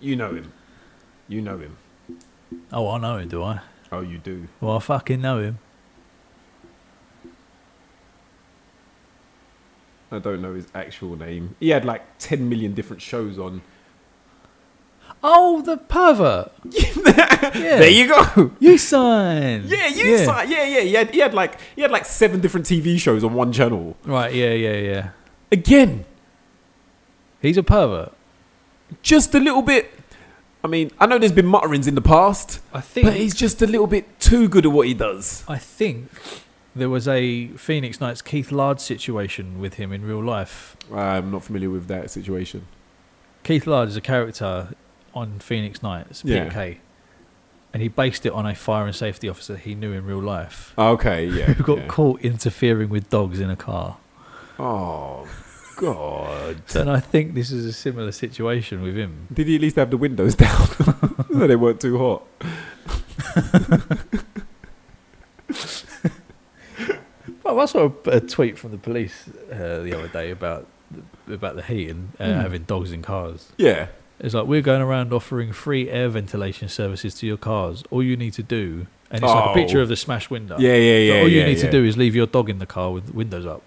Speaker 1: You know him. You know him.
Speaker 2: Oh, I know him, do I?
Speaker 1: Oh, you do.
Speaker 2: Well, I fucking know him.
Speaker 1: I don't know his actual name. He had like 10 million different shows on.
Speaker 2: Oh, the pervert. yeah.
Speaker 1: There you go.
Speaker 2: You sign.
Speaker 1: Yeah, you yeah. yeah, yeah. He had, he had like he had like seven different TV shows on one channel.
Speaker 2: Right. Yeah. Yeah. Yeah.
Speaker 1: Again,
Speaker 2: He's a pervert.
Speaker 1: just a little bit. I mean, I know there's been mutterings in the past,
Speaker 2: I
Speaker 1: but he's just a little bit too good at what he does.
Speaker 2: I think there was a Phoenix Knights Keith Lard situation with him in real life.
Speaker 1: I'm not familiar with that situation.
Speaker 2: Keith Lard is a character on Phoenix Knights,
Speaker 1: Yeah.
Speaker 2: PK, and he based it on a fire and safety officer he knew in real life
Speaker 1: Okay, yeah.
Speaker 2: who got
Speaker 1: Oh, yeah.
Speaker 2: caught interfering with dogs in a car.
Speaker 1: Oh God!
Speaker 2: And I think this is a similar situation with him.
Speaker 1: Did he at least have the windows down so they weren't too hot?
Speaker 2: Well, I saw a, a tweet from the police uh, the other day about about the heat and uh,
Speaker 1: Hmm.
Speaker 2: having dogs in cars.
Speaker 1: Yeah.
Speaker 2: It's like we're going around offering free air ventilation services to your cars. All you need to do, and it's like
Speaker 1: Oh.
Speaker 2: a picture of the smashed window.
Speaker 1: Yeah, yeah,
Speaker 2: So
Speaker 1: yeah.
Speaker 2: all you
Speaker 1: yeah,
Speaker 2: need to
Speaker 1: yeah.
Speaker 2: do is leave your dog in the car with windows up.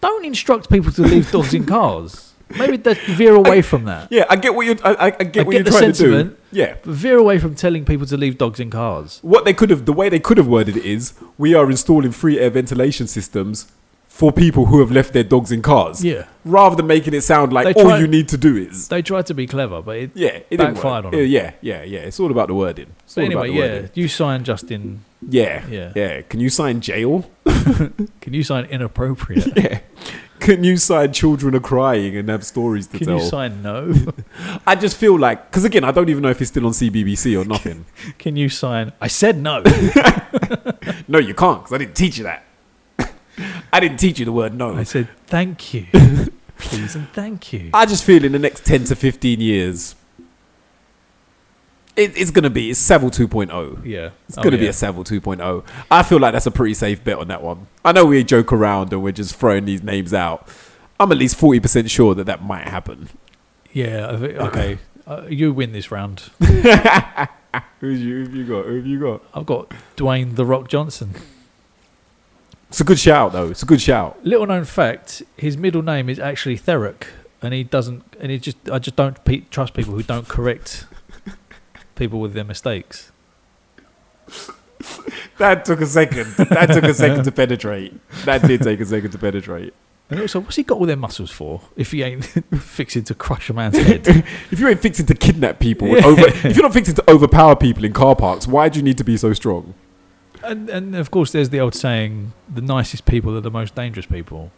Speaker 2: Don't instruct people to leave dogs in cars. Maybe they veer away from that.
Speaker 1: Yeah, I get what you're. I, I, I get
Speaker 2: I
Speaker 1: what
Speaker 2: get
Speaker 1: you're
Speaker 2: the
Speaker 1: trying
Speaker 2: sentiment.
Speaker 1: to do. Yeah,
Speaker 2: But veer away from telling people to leave dogs in cars.
Speaker 1: what they could have, the way they could have worded it is, we are installing free air ventilation systems for people who have left their dogs in cars.
Speaker 2: Yeah.
Speaker 1: Rather than making it sound like
Speaker 2: They
Speaker 1: all
Speaker 2: tried-
Speaker 1: you need to do is.
Speaker 2: They tried to be clever, but it,
Speaker 1: Yeah, it didn't
Speaker 2: backfired
Speaker 1: work.
Speaker 2: on
Speaker 1: Yeah,
Speaker 2: 'em.
Speaker 1: yeah, yeah, yeah. It's all about the wording. It's
Speaker 2: But
Speaker 1: all about
Speaker 2: anyway,
Speaker 1: the
Speaker 2: yeah,
Speaker 1: wording.
Speaker 2: you sign Justin.
Speaker 1: Yeah, yeah,
Speaker 2: Yeah.
Speaker 1: yeah. Can you sign jail?
Speaker 2: Can you sign inappropriate?
Speaker 1: Yeah. Can you sign children are crying and have stories to
Speaker 2: Can
Speaker 1: tell?
Speaker 2: you sign no?
Speaker 1: I just feel like, because again, I don't even know if it's still on CBBC or nothing.
Speaker 2: Can you sign I said no?
Speaker 1: no, you can't, because I didn't teach you that. I didn't teach you the word no.
Speaker 2: I said, thank you. Please and thank you.
Speaker 1: I just feel in the next 10 to 15 years, it, it's going to be it's Savile 2.0.
Speaker 2: yeah.
Speaker 1: It's going to be a Savile 2.0. I feel like that's a pretty safe bet on that one. I know we joke around and we're just throwing these names out. I'm at least 40% sure that that might happen.
Speaker 2: Yeah, I think, okay. Uh, you win this round.
Speaker 1: Who's you, who have you got? Who have you got?
Speaker 2: I've got Dwayne The Rock Johnson.
Speaker 1: It's a good shout, though. It's a good shout.
Speaker 2: Little known fact: his middle name is actually Theric, and he doesn't. And he just, I just don't pe- trust people who don't correct people with their mistakes.
Speaker 1: That took a second. That took a second to penetrate. That did take a second to penetrate.
Speaker 2: And also, what's he got all their muscles for if he ain't fixing to crush a man's head?
Speaker 1: If you ain't fixing to kidnap people, and over, if you're not fixing to overpower people in car parks, why do you need to be so strong?
Speaker 2: and, and of course, there's the old saying: the nicest people are the most dangerous people.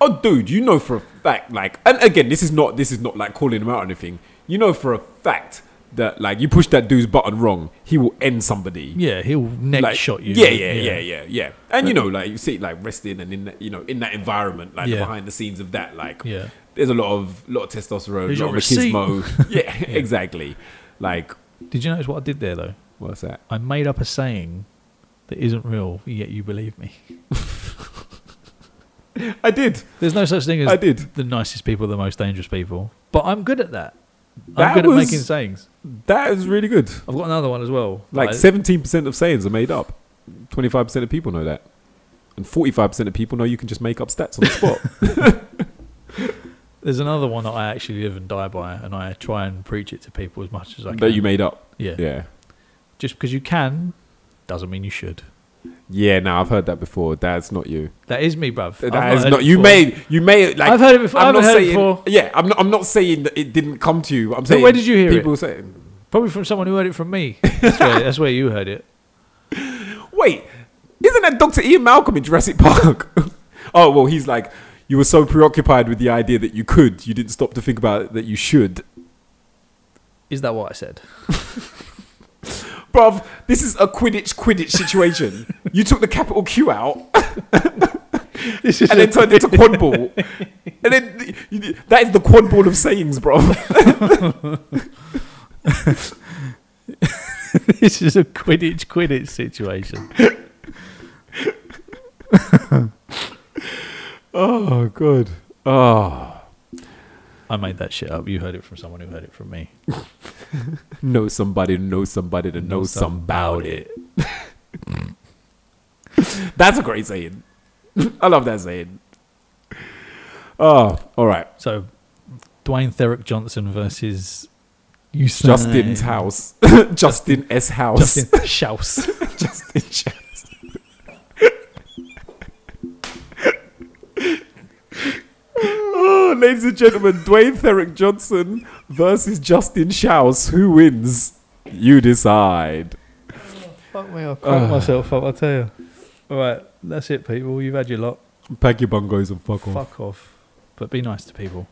Speaker 1: Oh, dude, you know for a fact, like, and again, this is not this is not like calling him out or anything. You know for a fact that like you push that dude's button wrong, he will end somebody.
Speaker 2: Yeah, he'll neck
Speaker 1: Like,
Speaker 2: shot you.
Speaker 1: Yeah, yeah, yeah, yeah, yeah. And you know, like you see, it, like resting and in that, you know in that environment, like the
Speaker 2: Yeah.
Speaker 1: behind the scenes of that, like
Speaker 2: Yeah.
Speaker 1: there's a lot of lot of testosterone,
Speaker 2: Here's
Speaker 1: lot of
Speaker 2: your receipt.
Speaker 1: machismo. yeah, exactly. Like
Speaker 2: Did you notice what I did there though?
Speaker 1: what's that?
Speaker 2: I made up a saying that isn't real, yet you believe me.
Speaker 1: I did.
Speaker 2: There's no such thing as
Speaker 1: I did.
Speaker 2: the nicest people are the most dangerous people. But I'm good at that.
Speaker 1: That
Speaker 2: I'm good
Speaker 1: was-
Speaker 2: at making sayings.
Speaker 1: That is really good.
Speaker 2: I've got another one as well.
Speaker 1: Like
Speaker 2: Like,
Speaker 1: seventeen percent of sayings are made up. Twenty five percent of people know that, and forty five percent of people know you can just make up stats on the spot.
Speaker 2: there's another one that I actually live and die by, and I try and preach it to people as much as I can.
Speaker 1: that you made up.
Speaker 2: yeah.
Speaker 1: Yeah,
Speaker 2: Just because you can doesn't mean you should.
Speaker 1: yeah. Now I've heard that before. That's not you.
Speaker 2: That is me, bruv. I've
Speaker 1: That is
Speaker 2: heard
Speaker 1: not
Speaker 2: it
Speaker 1: you.
Speaker 2: before.
Speaker 1: May you may like
Speaker 2: I've heard it before. I haven't
Speaker 1: not
Speaker 2: heard it
Speaker 1: saying,
Speaker 2: before.
Speaker 1: Yeah, I'm not. I'm not saying that it didn't come to you. I'm
Speaker 2: So
Speaker 1: saying
Speaker 2: where did you hear it?
Speaker 1: people saying,
Speaker 2: Probably from someone who heard it from me. That's where, that's where you heard it.
Speaker 1: "Wait, isn't that Doctor Ian Malcolm in Jurassic Park?" oh well, he's like, you were so preoccupied with the idea that you could, you didn't stop to think about it, that you should.
Speaker 2: Is that what I said?
Speaker 1: Bruv, this is a Quidditch Quidditch situation. you took the capital Q out and then turned it to quad ball. And then you- that is the quad ball of sayings, bruv.
Speaker 2: this is a Quidditch Quidditch situation.
Speaker 1: Oh, good. Oh,
Speaker 2: I made that shit up. You heard it from someone who heard it from me.
Speaker 1: know somebody to know somebody to know,
Speaker 2: Know
Speaker 1: some
Speaker 2: some
Speaker 1: about it. That's a great saying. I love that saying. Oh, all right.
Speaker 2: So, Dwayne Theric Johnson versus Usain.
Speaker 1: Justin's house. Justin S. House.
Speaker 2: Justin Schaus.
Speaker 1: Justin Shouts. oh, ladies and gentlemen, Dwayne Theric Johnson versus Justin Shouse. Who wins? You decide.
Speaker 2: Fuck me, I
Speaker 1: cracked
Speaker 2: myself up. I tell you. All right, that's it, people. You've had your lot.
Speaker 1: Pack your bungos and fuck off.
Speaker 2: Fuck off. But be nice to people.